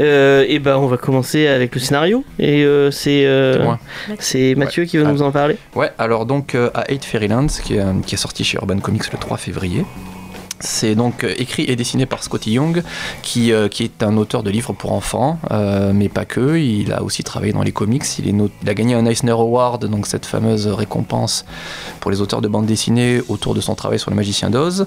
S1: Euh, et ben, on va commencer avec le scénario. Et euh, c'est euh,
S4: Ouais.
S1: c'est Mathieu qui va
S4: Ah.
S1: nous en parler.
S4: Ouais, alors donc euh, à Hate Fairyland, qui est, un- qui est sorti chez Urban Comics le 3 février. C'est donc euh, écrit et dessiné par Scotty Young, qui, euh, qui est un auteur de livres pour enfants, euh, mais pas que. Il a aussi travaillé dans les comics. Il, est no- il a gagné un Eisner Award, donc cette fameuse récompense pour les auteurs de bande dessinée autour de son travail sur le Magicien d'Oz,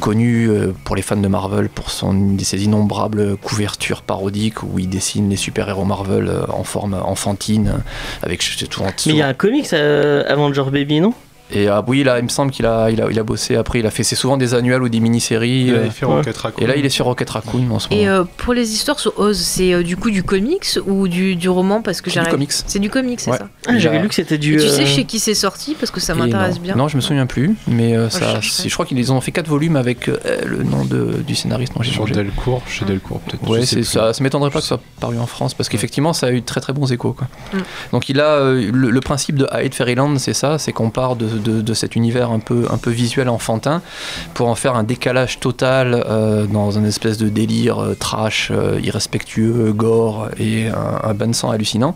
S4: connu euh, pour les fans de Marvel pour son, ses innombrables couvertures parodiques où il dessine les super-héros Marvel euh, en forme enfantine, avec je sais, tout en
S1: Mais il y a un comics euh, Avenger Baby, non
S4: et ah, oui, là, il me semble qu'il a, il a, il a bossé après. Il a fait c'est souvent des annuels ou des mini-séries.
S3: Il
S4: euh,
S3: a fait Rocket
S4: et là, il est sur Rocket Raccoon en ce moment.
S2: Et euh, pour les histoires sur Oz, c'est euh, du coup du comics ou du, du roman parce que
S4: C'est du
S2: j'arrive.
S4: comics.
S2: C'est du comics, c'est
S4: Ouais.
S2: ça.
S1: Ah,
S4: Il
S1: J'avais
S4: a-
S1: lu que c'était
S2: Et
S1: du.
S2: tu sais
S1: euh,
S2: chez qui c'est sorti parce que ça
S4: Et
S2: m'intéresse
S4: non.
S2: bien. Oh,
S4: Non, je me souviens plus, mais euh, ça,
S2: chercherai.
S4: c'est- je crois qu'ils ont fait quatre volumes avec euh, le nom de, du scénariste. Non, j'ai
S3: Sur
S4: changé.
S3: Delcourt, chez Delcourt, peut-être. je
S4: Ouais,
S3: sais
S4: c'est
S3: plus. Mm.
S4: ça. Ça m'étonnerait pas que ça soit paru en France parce qu'effectivement, ça a eu de très très bons échos. Quoi. Donc il a euh, le, le principe de Hide Fairyland, c'est ça, c'est qu'on part de, de, de cet univers un peu, un peu visuel enfantin pour en faire un décalage total euh, dans un espèce de délire euh, trash, euh, irrespectueux, gore et un, un bain de sang hallucinant.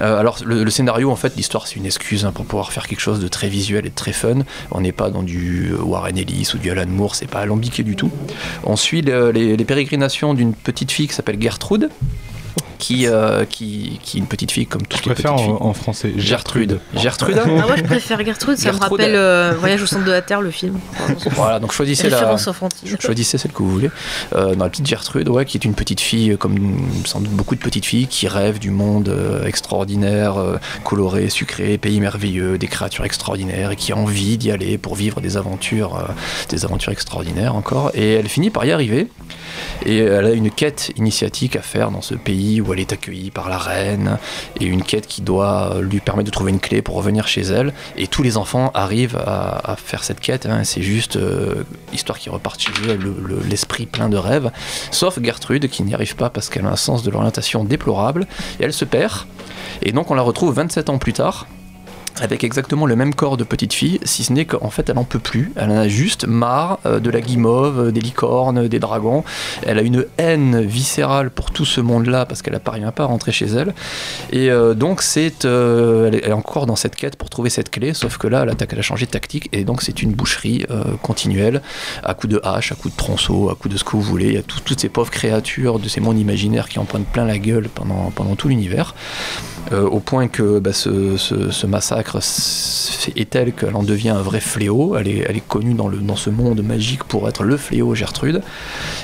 S4: Euh, alors le, le scénario, en fait, l'histoire c'est une excuse hein, pour pouvoir faire quelque chose de très visuel et de très fun. On n'est pas dans du Warren Ellis ou du Alan Moore, c'est pas alambiqué du tout. On suit le- les, les pérégrinations d'une petite fille qui s'appelle Gertrude. Qui, euh, qui, qui est une petite fille comme
S3: Je
S4: toutes les petites
S3: préfère
S4: filles.
S3: en, en français.
S4: Gertrude. Gertrude.
S2: Ah, moi, je préfère Gertrude, ça
S4: Gertrude.
S2: me rappelle euh, Voyage au centre de la Terre, le film.
S4: voilà, donc choisissez la,
S2: Référence enfantine.
S4: choisissez celle que vous voulez. Euh, dans la petite Gertrude, ouais, qui est une petite fille, euh, comme sans doute beaucoup de petites filles, qui rêvent du monde euh, extraordinaire, euh, coloré, sucré, pays merveilleux, des créatures extraordinaires, et qui a envie d'y aller pour vivre des aventures, euh, des aventures extraordinaires encore. Et elle finit par y arriver. Et elle a une quête initiatique à faire dans ce pays où elle est accueillie par la reine, et une quête qui doit euh, lui permettre de trouver une clé pour revenir chez elle. Et tous les enfants arrivent à, à faire cette quête. hein. C'est juste euh, histoire qui repart chez eux, le- le- l'esprit plein de rêves. Sauf Gertrude qui n'y arrive pas parce qu'elle a un sens de l'orientation déplorable et elle se perd. Et donc on la retrouve 27 ans plus tard. Avec exactement le même corps de petite fille, si ce n'est qu'en fait elle en peut plus, elle en a juste marre euh, de la guimauve, euh, des licornes, des dragons, elle a une haine viscérale pour tout ce monde-là parce qu'elle n'arrive pas à rentrer chez elle, et euh, donc, c'est, euh, elle est- elle est encore dans cette quête pour trouver cette clé, sauf que là, elle a, elle a changé de tactique, et donc c'est une boucherie euh, continuelle, à coups de hache, à coups de tronçon, à coups de ce que vous voulez. Il y a tout- toutes ces pauvres créatures de ces mondes imaginaires qui en prennent plein la gueule pendant, pendant tout l'univers, euh, au point que bah, ce, ce- ce massacre s- est tel qu'elle en devient un vrai fléau. Elle est, elle est connue dans, le, dans ce monde magique pour être le fléau Gertrude,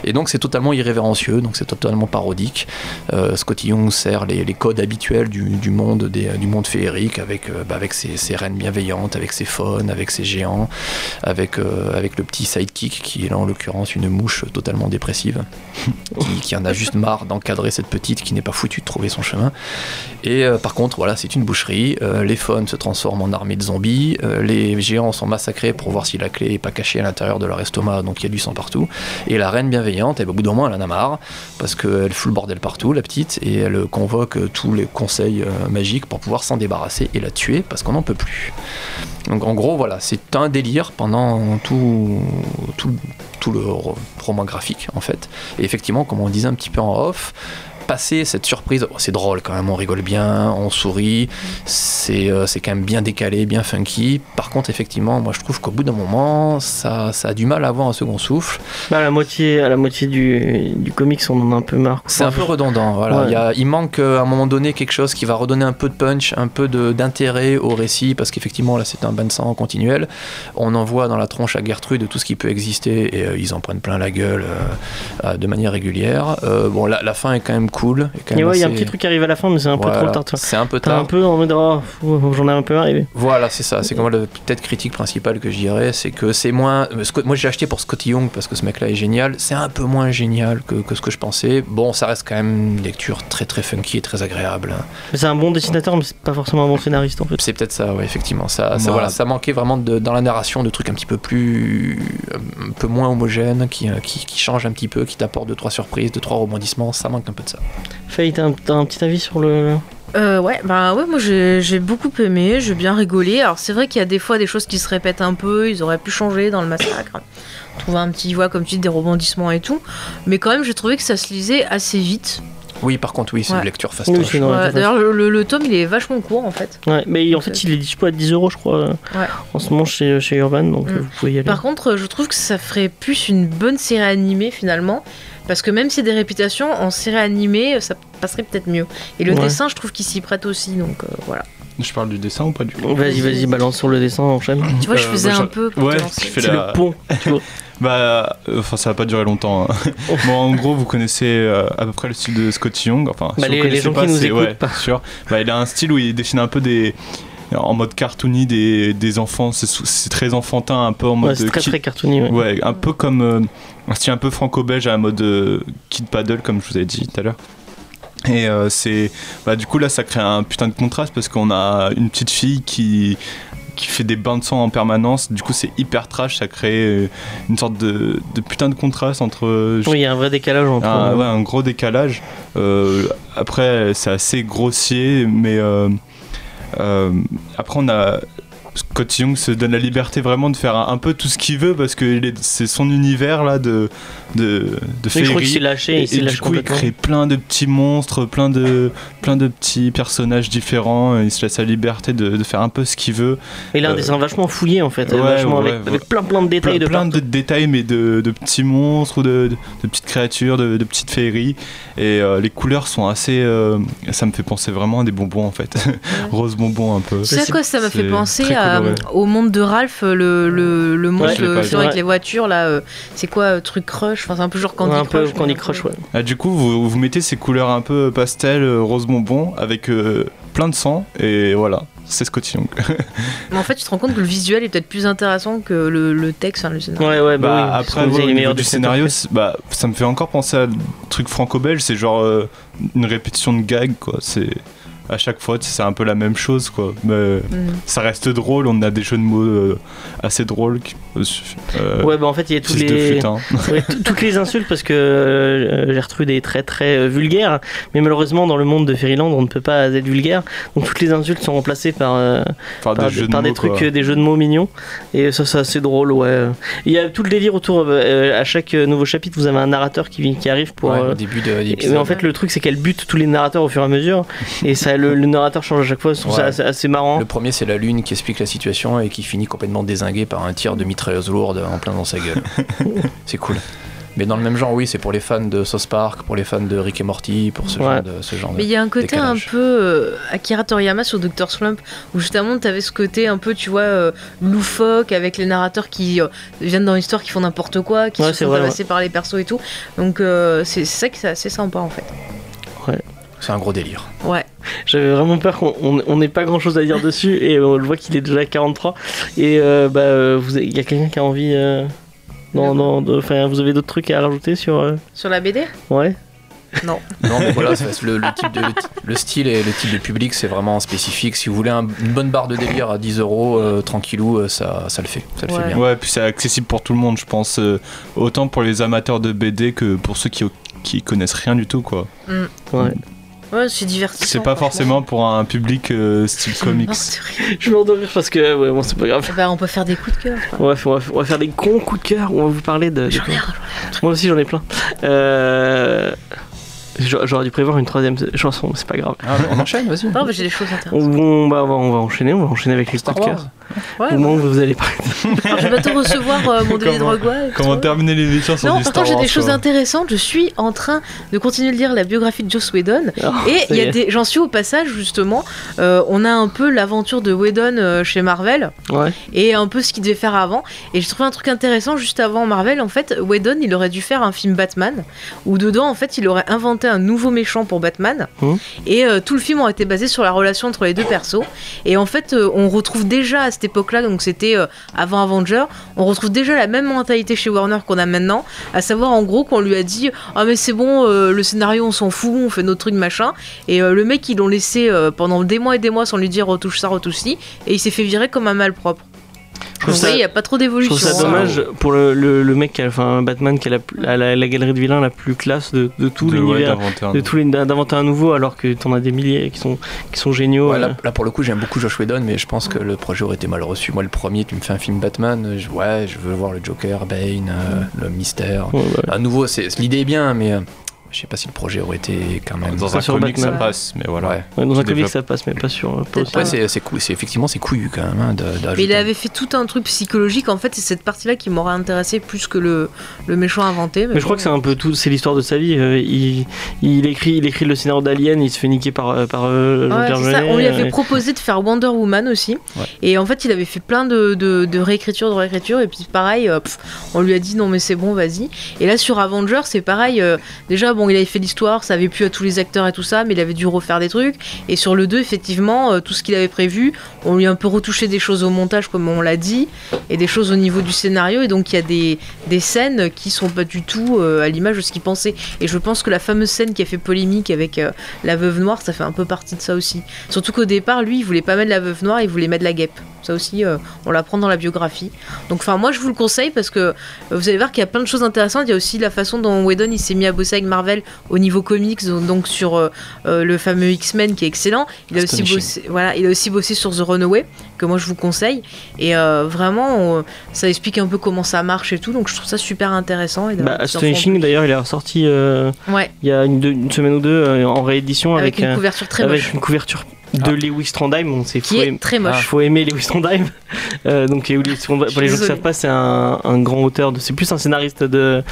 S4: et donc c'est totalement irrévérencieux, donc c'est totalement parodique. Euh, Scotty Young sert les, les codes habituels du, du monde des, du monde féerique avec, euh, bah, avec ses, ses reines bienveillantes, avec ses faunes, avec ses géants, avec, euh, avec le petit sidekick qui est là en l'occurrence une mouche totalement dépressive qui, qui en a juste marre d'encadrer cette petite qui n'est pas foutue de trouver son chemin. Et euh, par contre, voilà, c'est une boucherie. Euh, les faunes se transforment en armée de zombies. Euh, les géants sont massacrés pour voir si la clé est pas cachée à l'intérieur de leur estomac, donc il y a du sang partout. Et la reine bienveillante, eh ben, au bout d'un moment, elle en a marre parce qu'elle fout le bordel partout, la petite, et elle convoque euh, tous les conseils euh, magiques pour pouvoir s'en débarrasser et la tuer parce qu'on n'en peut plus. Donc en gros, voilà, c'est un délire pendant tout, tout, tout le ro- roman graphique en fait. Et effectivement, comme on disait un petit peu en off, passer cette surprise, oh, c'est drôle quand même, on rigole bien, on sourit, c'est euh, c'est quand même bien décalé, bien funky. Par contre, effectivement, moi je trouve qu'au bout d'un moment, ça, ça a du mal à avoir un second souffle.
S1: Bah, à la moitié, à la moitié du, du comics, on en a un peu marre.
S4: C'est un peu redondant, voilà.
S1: Ouais.
S4: Il, y a- il manque euh, à un moment donné quelque chose qui va redonner un peu de punch, un peu de- d'intérêt au récit, parce qu'effectivement là c'est un bain de sang continuel. On envoie dans la tronche à Gertrude tout ce qui peut exister et euh, ils en prennent plein la gueule euh, euh, de manière régulière. Euh, bon, la, la fin est quand même cool. est quand
S1: Et
S4: même
S1: ouais, il y a un
S4: assez-
S1: petit truc qui arrive à la fin, mais c'est un peu
S4: Voilà.
S1: trop tard. tu vois.
S4: C'est un peu
S1: T'es
S4: tard.
S1: un peu en mode, oh, fou, j'en ai un peu marre. et-
S4: Voilà, c'est ça. C'est comme la peut-être critique principale que je dirais, c'est que c'est moins. euh, Scott- Moi, j'ai acheté pour Scotty Young parce que ce mec-là est génial. C'est un peu moins génial que, que ce que je pensais. Bon, ça reste quand même une lecture très très funky et très agréable.
S1: Mais c'est un bon dessinateur, mais c'est pas forcément un bon scénariste en fait.
S4: C'est peut-être ça, ouais, effectivement. Ça, ça,
S3: Ouais.
S4: voilà, ça manquait vraiment de- dans la narration de trucs un petit peu plus. euh, un peu moins homogènes, qui, euh, qui, qui changent un petit peu, qui t'apportent deux, trois surprises, deux, trois rebondissements. Ça manque un peu de ça.
S1: Faye, t'as un, t'as un petit avis sur le.
S2: Euh, ouais, bah ouais, moi j'ai j'ai beaucoup aimé, j'ai bien rigolé. Alors c'est vrai qu'il y a des fois des choses qui se répètent un peu, ils auraient pu changer dans le massacre. Trouver un petit, voix comme tu dis, des rebondissements et tout. Mais quand même, j'ai trouvé que ça se lisait assez vite.
S4: Oui, par contre, oui, c'est
S2: Ouais.
S4: une lecture fast
S1: Oui, c'est dans
S2: Ouais,
S1: la tête.
S2: D'ailleurs, le, le- le tome il est vachement court en fait.
S1: Ouais, mais en fait, il est dispo à 10 euros, je crois,
S2: Ouais.
S1: en ce moment chez, chez Urban, donc
S2: Mm.
S1: euh, vous pouvez y aller.
S2: Par contre, je trouve que ça ferait plus une bonne série animée finalement. Parce que même si c'est des réputations, en série animée, euh, ça passerait peut-être mieux. Et le
S1: Ouais.
S2: dessin, je trouve qu'il s'y prête aussi, donc euh, voilà.
S3: Je parle du dessin ou pas du
S1: Donc, Vas-y,
S2: euh,
S1: vas-y, balance sur le dessin, enchaîne.
S2: Tu vois, je
S3: Euh,
S2: faisais
S3: moi,
S2: un
S3: je-
S2: peu. pour te
S3: Ouais,
S2: lancer.
S3: tu fais
S1: C'est
S3: la-
S1: le pont.
S3: Bah, euh, enfin, ça va pas durer longtemps. hein. bon, en gros, vous connaissez euh, à peu près le style de Scott Young. Enfin,
S1: Bah,
S3: si vous
S1: les-
S3: connaissez
S1: les gens
S3: pas,
S1: qui nous
S3: c'est-
S1: écoutent
S3: ouais, sûr. Bah, il a un style où il dessine un peu des. En mode cartoony des, des enfants, c'est sou- c'est très enfantin, un peu en mode
S1: Ouais, c'est très
S3: kid-
S1: très cartoony. ouais.
S3: Ouais, un peu comme euh, un style un peu franco-belge à la mode euh, Kid Paddle, comme je vous ai dit tout à l'heure. Et euh, c'est. Bah, du coup, là, ça crée un putain de contraste parce qu'on a une petite fille qui qui fait des bains de sang en permanence, du coup c'est hyper trash, ça crée euh, une sorte de, de putain de contraste entre euh,
S1: Oui, il y a un vrai décalage entre. euh,
S3: un, Ah, ouais, un gros décalage. Euh, après, c'est assez grossier, mais euh, euh, après, on a. Scott Young se donne la liberté vraiment de faire un, un peu tout ce qu'il veut parce que il est- c'est son univers là de de, de
S1: Mais je crois
S3: féerie.
S1: qu'il s'est lâché.
S3: Et,
S1: il s'est
S3: et
S1: lâché
S3: du coup, il
S1: complètement.
S3: crée plein de petits monstres, plein de, plein de petits personnages différents. et Il se laisse la liberté de, de faire un peu ce qu'il veut.
S1: Mais il a un
S3: euh,
S1: dessin vachement fouillé en fait,
S3: ouais,
S1: vachement
S3: ouais,
S1: avec,
S3: ouais.
S1: avec plein plein de détails
S3: Plein,
S1: de
S3: plein
S1: partout.
S3: de détails, mais de, de petits monstres ou de, de- de petites créatures, de, de petites féeries. Et euh, les couleurs sont assez. euh, ça me fait penser vraiment à des bonbons en fait. Rose bonbon un peu.
S2: Tu sais à quoi ça m'a fait
S3: c'est
S2: penser
S3: très
S2: à- euh,
S3: coloré.
S2: au monde de Ralph, euh, le, le, le monde
S3: je l'ai
S2: euh,
S3: pas
S2: genre
S1: vu.
S2: avec
S1: Ouais.
S2: les voitures là. euh, c'est quoi, euh, truc crush Enfin, c'est un peu genre Candy
S1: Ouais, un peu
S2: Crush. mais
S1: Candy
S2: un peu-
S1: Crush, ouais.
S3: Ah, du coup, vous, vous mettez ces couleurs un peu pastel, euh, rose bonbon, avec euh, plein de sang. Et voilà, c'est Scotty Young.
S2: Mais en fait, tu te rends compte que le visuel est peut-être plus intéressant que le, le texte, hein, le scénario.
S1: Ouais, ouais, bah,
S3: Bah,
S1: oui, parce
S3: après,
S1: qu'on
S3: ouais,
S1: faisait
S3: au
S1: les
S3: niveau
S1: meilleurs
S3: du
S1: dessins.
S3: scénario, c'est- bah, ça me fait encore penser à un truc franco-belge, c'est genre euh, une répétition de gag, quoi. C'est à chaque fois, tu sais, c'est un peu la même chose, quoi. Mais
S2: Mm.
S3: ça reste drôle, on a des jeux de mots euh, assez drôles. qui- Euh,
S1: Ouais, bah en fait, il y a tous
S3: fils de hein.
S1: les...
S3: futin.
S1: ouais, t- toutes les insultes parce que euh, Gertrude est très très euh, vulgaire, mais malheureusement, dans le monde de Fairyland, on ne peut pas être vulgaire, donc toutes les insultes sont remplacées par, euh,
S3: Enfin,
S1: par,
S3: Ah, des jeux de
S1: par
S3: mots,
S1: des trucs,
S3: quoi.
S1: euh, des jeux de mots mignons, et ça, c'est assez drôle, ouais. Il y a tout le délire autour, euh, euh, à chaque euh, nouveau chapitre, vous avez un narrateur qui, vi- qui arrive pour.
S4: Ouais,
S1: euh,
S4: au début de l'épisode.
S1: mais en fait, le truc, c'est qu'elle bute tous les narrateurs au fur et à mesure, et ça, le, le narrateur change à chaque fois. Je trouve ça
S4: Ouais.
S1: assez, assez marrant.
S4: Le premier, c'est la lune qui explique la situation et qui finit complètement dézinguée par un tir de mitrailleuse lourde en plein dans sa gueule. c'est cool. Mais dans le même genre, oui, c'est pour les fans de South Park, pour les fans de Rick et Morty, pour ce
S1: Ouais.
S4: genre de. Ce genre de-
S2: Mais il y a un côté
S4: décalage.
S2: un peu euh, Akira Toriyama sur Dr. Slump où justement t'avais ce côté un peu tu vois euh, loufoque avec les narrateurs qui euh, viennent dans l'histoire qui font n'importe quoi qui
S1: Ouais,
S2: se
S1: c'est
S2: font
S1: vrai,
S2: tabasser par les persos et tout donc euh, c'est c'est ça qui est assez sympa en fait
S4: C'est un gros délire.
S2: ouais
S1: J'avais vraiment peur qu'on on- on n'ait pas grand chose à dire dessus et on le voit qu'il est déjà à 43 et euh, bah euh, vous avez- il y a quelqu'un qui a envie euh, non non de- enfin vous avez d'autres trucs à rajouter sur euh,
S2: sur la BD
S1: ouais
S2: non
S4: Non, mais voilà, ça, c'est le, le type de- le ti- le style et le type de public, c'est vraiment spécifique. Si vous voulez un- une bonne barre de délire à 10 euros, euh, tranquillou, euh, ça, ça le fait. Ça le
S2: Ouais.
S4: fait bien.
S3: Ouais, puis c'est accessible pour tout le monde, je pense. euh, autant pour les amateurs de BD que pour ceux qui, qui connaissent rien du tout, quoi.
S1: ouais
S2: ouais c'est divertissant
S3: C'est pas
S2: franchement.
S3: forcément pour un public euh, style comics.
S2: C'est n'importe
S1: je m'en rire parce que ouais bon c'est pas grave
S2: quoi. bah on peut faire des coups de cœur quoi.
S1: on va, on va- on va faire des gros coups de cœur on va vous parler de, de-
S2: j'en ai un
S1: moi aussi j'en ai plein Euh, j'a- j'aurais dû prévoir une troisième chanson mais c'est pas grave
S4: Ah, on enchaîne, vas-y.
S2: non mais j'ai des choses
S1: on,
S2: intéressantes
S1: on va, on va- on va enchaîner on va enchaîner avec les coups de cœur
S2: ouais,
S1: au
S2: ouais.
S1: moment où vous allez parler
S2: Alors, je vais bientôt recevoir euh, mon délai de
S3: Oh. Comment-
S2: regois et tout.
S3: Comment terminer les émissions sur
S2: non,
S3: du
S2: par
S3: Star
S2: contre, j'ai
S3: Wars,
S2: des choses
S3: quoi.
S2: intéressantes. Je suis en train de continuer de lire la biographie de Joss Whedon.
S1: Ah,
S2: Et
S1: ça
S2: il y
S1: y
S2: a
S1: est.
S2: des, j'en suis au passage justement. euh, on a un peu l'aventure de Whedon euh, chez Marvel
S1: ouais
S2: et un peu ce qu'il devait faire avant. Et j'ai trouvé un truc intéressant juste avant Marvel. En fait, Whedon, il aurait dû faire un film Batman où dedans, en fait, il aurait inventé un nouveau méchant pour Batman.
S1: Mhm.
S2: Et euh, tout le film aurait été basé sur la relation entre les deux persos. Et en fait, euh, on retrouve déjà à cette époque-là, donc c'était euh, avant Avenger, on retrouve déjà la même mentalité chez Warner qu'on a maintenant, à savoir en gros qu'on lui a dit ah mais c'est bon, euh, le scénario, on s'en fout, on fait notre truc machin. Et euh, le mec, ils l'ont laissé euh, pendant des mois et des mois sans lui dire retouche ça, retouche ci, et il s'est fait virer comme un malpropre.
S1: Je trouve
S2: Donc,
S1: ça-
S2: oui, il n'y a pas trop
S1: Je
S2: d'évolution.
S1: trouve ça
S4: sont-
S2: hein.
S1: dommage pour le, le, le mec, qui a- enfin Batman, qui a la, la, la- la galerie de vilains la plus classe de, de tout
S3: De- ouais,
S1: l'univers,
S3: d'inventer un-
S1: de tous les d'inventer un nouveau, alors que t'en as des milliers qui sont qui sont géniaux.
S4: Ouais,
S1: euh.
S4: là, là, pour le coup j'aime beaucoup Josh Whedon mais je pense que le projet aurait été mal reçu. Moi le premier tu me fais un film Batman, je- ouais je veux voir le Joker, Bane, euh, le mystère.
S1: Ouais, ouais.
S4: À nouveau c'est l'idée est bien mais euh, je sais pas si le projet aurait été quand même.
S3: Dans un
S1: sur
S3: comic, ça
S1: Batman.
S3: passe, mais voilà.
S4: Ouais.
S1: Ouais, dans un
S3: Tu
S1: comic
S3: développes.
S1: ça passe, mais pas sur. euh, Pas
S2: Peut-être
S1: aussi.
S4: Ouais, c'est c'est cou- c'est- effectivement c'est couillu quand même hein, d'a-
S2: Mais
S4: d'ajouter.
S2: il avait fait tout un truc psychologique en fait, c'est cette partie-là qui m'aurait intéressé plus que le, le méchant inventé.
S1: Mais je crois que c'est un peu tout, c'est l'histoire de sa vie. euh, il, il écrit, il écrit le scénario d'Alien, il se fait niquer par euh, par euh,
S2: Ouais,
S1: Jean-Pierre
S2: c'est ça.
S1: Jeunet,
S2: On lui
S1: euh,
S2: avait proposé de faire Wonder Woman aussi.
S4: Ouais.
S2: Et en fait, il avait fait plein de, de, de réécritures, de réécritures. Et puis, pareil, euh, pff, on lui a dit non, mais c'est bon, vas-y. Et là, sur Avengers, c'est pareil. euh, déjà, bon, il avait fait l'histoire, ça avait plu à tous les acteurs et tout ça, mais il avait dû refaire des trucs. Et sur le 2, effectivement, euh, tout ce qu'il avait prévu, on lui a un peu retouché des choses au montage, comme on l'a dit, et des choses au niveau du scénario. Et donc, il y a des, des scènes qui sont pas du tout euh, à l'image de ce qu'il pensait. Et je pense que la fameuse scène qui a fait polémique avec euh, la veuve noire, ça fait un peu partie de ça aussi. Surtout qu'au départ, lui, il voulait pas mettre la veuve noire, il voulait mettre la guêpe. Ça aussi, euh, on l'apprend dans la biographie. Donc, enfin, moi, je vous le conseille parce que euh, vous allez voir qu'il y a plein de choses intéressantes. Il y a aussi la façon dont Whedon il s'est mis à bosser avec Marvel Marvel au niveau comics, donc sur euh, euh, le fameux X-Men qui est excellent. Il a, aussi
S4: Astonishing.
S2: bossé, voilà, il a aussi bossé sur The Runaway, que moi je vous conseille. Et euh, vraiment, on- ça explique un peu comment ça marche et tout, donc je trouve ça super intéressant. Et
S1: Bah,
S2: d'avoir des petits enfants.
S1: Astonishing, d'ailleurs, il est ressorti euh,
S2: Ouais,
S1: il y a une, deux- une semaine ou deux euh, en réédition
S2: avec,
S1: avec,
S2: une
S1: un-
S2: couverture très
S1: avec ah.
S2: moche.
S1: une couverture
S4: Ah.
S1: de Lewis Trondheim. On s'est
S2: Qui
S1: faut
S2: est
S1: aimer-
S2: très
S1: Il
S2: moche.
S1: faut aimer Lewis Trondheim. Euh, donc, et Lewis Trondheim,
S2: Je suis
S1: pour les gens qui ne
S2: désolée.
S1: savent pas, c'est un, un grand auteur. de- C'est plus un scénariste de,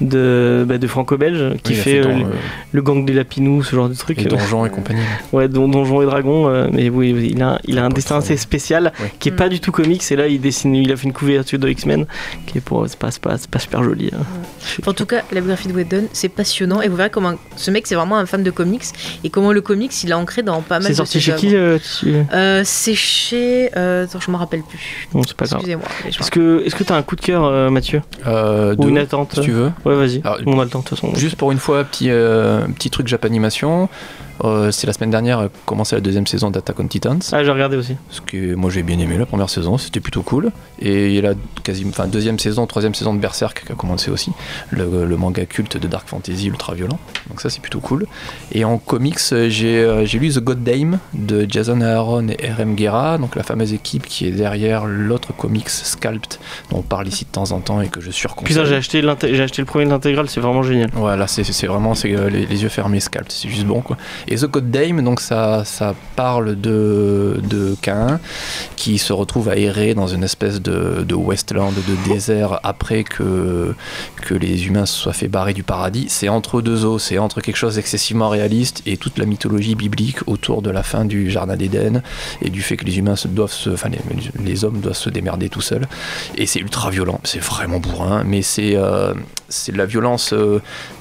S1: de, bah, de franco-belge qui
S4: il a
S1: fait, euh,
S4: dans,
S1: le,
S4: euh,
S1: le gang des Lapinou, ce genre de truc.
S4: les donjons et compagnie.
S1: Ouais, don- Donjons et Dragons, euh, mais oui, oui, il a, il a un destin assez spécial
S4: Ouais.
S1: qui est
S2: Mm.
S1: pas du tout comics. Et là, il dessine, il a fait une couverture de X-Men qui est pour, c'est pas, c'est pas, c'est pas super joli. hein.
S2: En tout cas, la biographie de Whedon, c'est passionnant et vous verrez comment ce mec, c'est vraiment un fan de comics et comment le comics, il l'a ancré dans pas mal de
S1: C'est sorti
S2: ses
S1: chez
S2: œuvres.
S1: qui euh, tu-
S2: Euh, C'est chez. euh, attends, je m'en rappelle plus.
S1: Non, c'est pas grave.
S2: Excusez-moi. mais je m'en
S1: Est-ce que, est-ce que t'as un coup de cœur, euh, Mathieu,
S4: Euh,
S1: ou
S4: deux,
S1: une attente
S4: si tu veux.
S1: Ouais, vas-y.
S4: Alors,
S1: On a le temps de toute façon.
S4: Juste pour une fois, petit, euh, petit truc Japanimation. Euh, c'est la semaine dernière euh, commencé la deuxième saison d'Attack on Titans.
S1: Ah, j'ai regardé aussi.
S4: Ce que moi j'ai bien aimé la première saison, c'était plutôt cool. Et la quasi, enfin, deuxième saison, troisième saison de Berserk qui a commencé aussi, le, le manga culte de Dark Fantasy ultra violent. Donc ça c'est plutôt cool. Et en comics, euh, j'ai euh, j'ai lu The God Dame de Jason Aaron et RM Guerra, donc la fameuse équipe qui est derrière l'autre comics Scalped dont on parle ici de temps en temps et que je surconseille.
S1: Putain, j'ai acheté, l'inté- j'ai acheté le premier de l'intégrale, c'est vraiment génial.
S4: Voilà, c'est c'est vraiment c'est, euh, les, les yeux fermés, scalp, c'est juste bon quoi. Et The Code Dame, donc ça, ça parle de, de Cain qui se retrouve à errer dans une espèce de, de Westland, de désert après que, que les humains se soient fait barrer du paradis. C'est entre deux eaux, c'est entre quelque chose d'excessivement réaliste et toute la mythologie biblique autour de la fin du jardin d'Éden et du fait que les humains se doivent se, enfin les, les hommes doivent se démerder tout seuls. Et c'est ultra violent, c'est vraiment bourrin, mais c'est euh, c'est de la violence. euh,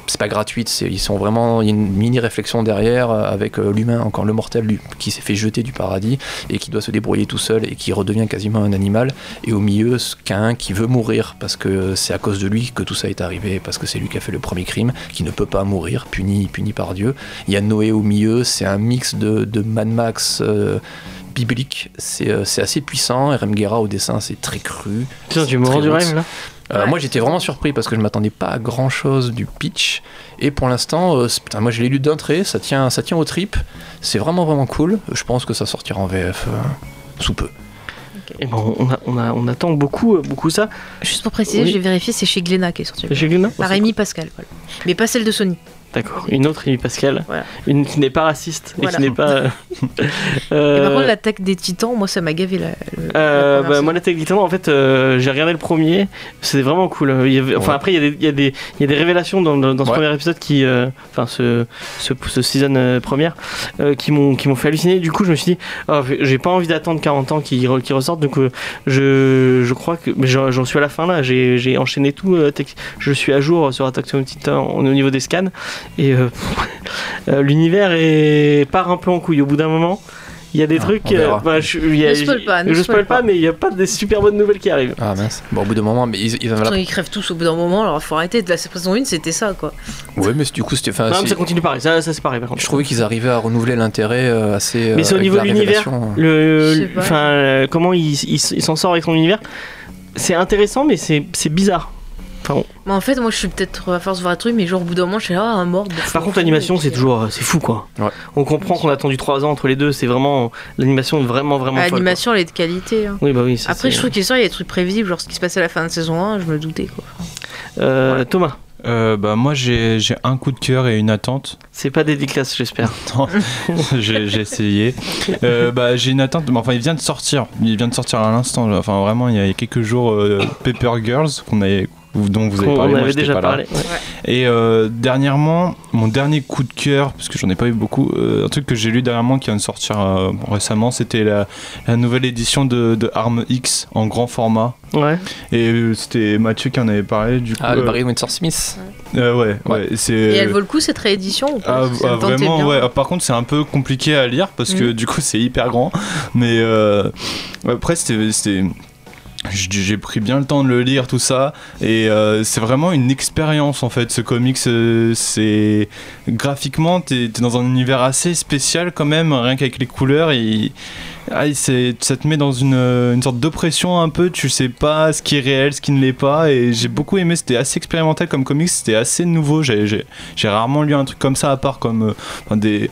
S4: c'est pas gratuite, c'est- ils sont vraiment, il y a une mini réflexion derrière euh, avec euh, l'humain, encore le mortel lui, qui s'est fait jeter du paradis et qui doit se débrouiller tout seul et qui redevient quasiment un animal. Et au milieu, ce qu'un qui veut mourir parce que c'est à cause de lui que tout ça est arrivé, parce que c'est lui qui a fait le premier crime, qui ne peut pas mourir, puni, puni par Dieu. Il y a Noé au milieu, c'est un mix de, de Mad Max. euh, biblique, c'est euh, c'est assez puissant, RM Guerra au dessin c'est très cru,
S1: Putain, tu me
S4: Très
S1: rends du
S4: roots.
S1: rêve là
S4: euh,
S2: Ouais.
S4: Moi j'étais vraiment surpris parce que je m'attendais pas à grand chose du pitch. Et pour l'instant, euh, c'est- putain, moi je l'ai lu d'un trait, ça tient, ça tient aux tripes. C'est vraiment vraiment cool. Je pense que ça sortira en VF euh, sous peu.
S1: Eh ben, on, a- on a- on attend beaucoup, euh, beaucoup ça.
S2: Juste pour préciser,
S1: Oui.
S2: j'ai vérifié, c'est chez Glénat qui est sorti.
S1: C'est Chez Glénat
S2: Par Rémi Pascal, voilà. mais pas celle de Sony.
S1: D'accord. Une autre Amy Pascal,
S2: Voilà.
S1: une qui n'est pas raciste et
S2: Voilà.
S1: qui n'est pas. euh,
S2: Et par
S1: euh,
S2: contre, l'attaque des titans, moi ça m'a gavé la. le- la
S1: Euh,
S2: première
S1: bah,
S2: saison.
S1: moi, l'attaque des Titans, en fait, euh, j'ai regardé le premier. C'était vraiment cool. Il y avait- enfin,
S4: Ouais.
S1: après, il y, a des, il, y a des, il y a des révélations dans, dans- dans ce
S4: Ouais.
S1: premier épisode qui, euh, enfin, ce, ce, ce season euh, première, euh, qui m'ont, qui m'ont fait halluciner. Du coup, je me suis dit, Ah, j'ai pas envie d'attendre 40 ans qu'ils re- qu'ils ressortent. Donc, euh, je, je crois que, mais j'en j'en suis à la fin là. J'ai j'ai enchaîné tout. euh, tec- je suis à jour sur Attack on Titan au niveau des scans. Et euh, euh, l'univers est part un peu en couille au bout d'un moment. Il y a des
S4: Ah,
S1: trucs.
S4: on verra.
S1: bah, je- il y a-
S2: Ne spoil pas,
S1: je
S2: ne spoil
S1: spoil pas,
S2: pas.
S1: mais il n'y a pas des super bonnes nouvelles qui arrivent.
S4: Ah mince. Bon, au bout d'un moment, mais ils, ils en
S2: Pourtant,
S4: avaient
S2: ils crèvent tous au bout d'un moment, alors faut arrêter. De la saison 1, c'était ça quoi.
S4: la- Ouais, mais du coup, c'était.
S3: Ah,
S4: enfin,
S1: non, mais
S4: c'est-
S1: ça continue pareil, ça, ça c'est pareil par
S4: Je
S1: contre.
S4: trouvais qu'ils arrivaient à renouveler l'intérêt euh, assez.
S1: Mais c'est au
S4: avec
S1: niveau
S4: la
S1: de l'univers.
S4: révélation.
S1: Le,
S2: Je sais pas.
S1: enfin, euh, comment il, il, il s'en sort avec son univers, c'est intéressant, mais c'est c'est bizarre.
S2: Mais en fait, moi je suis peut-être à force de voir un truc, mais genre au bout d'un moment, je suis là, ah, un mort.
S1: Par contre, l'animation, c'est toujours, euh, c'est fou quoi.
S4: Ouais.
S1: On comprend qu'on a attendu 3 ans entre les deux, c'est vraiment, l'animation est vraiment, vraiment folle,
S2: L'animation, elle est de qualité. hein.
S1: quoi. Oui, bah oui, ça,
S2: Après,
S1: c'est-
S2: je trouve qu'il y a des trucs prévisibles, genre ce qui se passait à la fin de saison 1, je me doutais quoi.
S1: Euh, Thomas,
S3: Euh, bah, moi, j'ai j'ai un coup de cœur et une attente.
S1: c'est pas dédicace, j'espère.
S3: j'ai j'ai essayé. Euh, bah, j'ai une attente. mais Enfin, il vient de sortir. Il vient de sortir à l'instant. là. Enfin, vraiment, il y a quelques jours, euh, Paper Girls, qu'on avait- dont vous avez
S1: on en
S3: parlé. moi,
S1: avait
S3: j'étais
S1: déjà
S3: pas là.
S1: parlé. ouais.
S3: Et euh, dernièrement, mon dernier coup de cœur, parce que j'en ai pas eu beaucoup, euh, un truc que j'ai lu dernièrement qui vient de sortir euh, récemment, c'était la, la nouvelle édition de, de Arm X en grand format.
S1: Ouais.
S3: Et euh, c'était Mathieu qui en avait parlé. Du coup,
S4: Ah, le
S3: euh,
S4: Barry Windsor Smith.
S3: euh, ouais, ouais. c'est.
S2: Et elle vaut le coup cette réédition ou pas
S3: Ah,
S2: Parce que ça
S3: ah,
S2: me tentait
S3: vraiment,
S2: bien. Mm.
S3: ouais. Ah, Par contre, c'est un peu compliqué à lire parce que du coup, c'est hyper grand. Mais euh, après, c'était. c'était- j- J'ai pris bien le temps de le lire, tout ça. Et euh, c'est vraiment une expérience en fait. Ce comics, euh, c'est. Graphiquement, t'es t'es dans un univers assez spécial quand même, rien qu'avec les couleurs. Et Ah, et c'est- ça te met dans une, euh, une sorte d'oppression un peu, tu sais pas ce qui est réel, ce qui ne l'est pas, et j'ai beaucoup aimé, c'était assez expérimental comme comics, c'était assez nouveau, j'ai- j'ai j'ai rarement lu un truc comme ça, à part comme euh, enfin, des,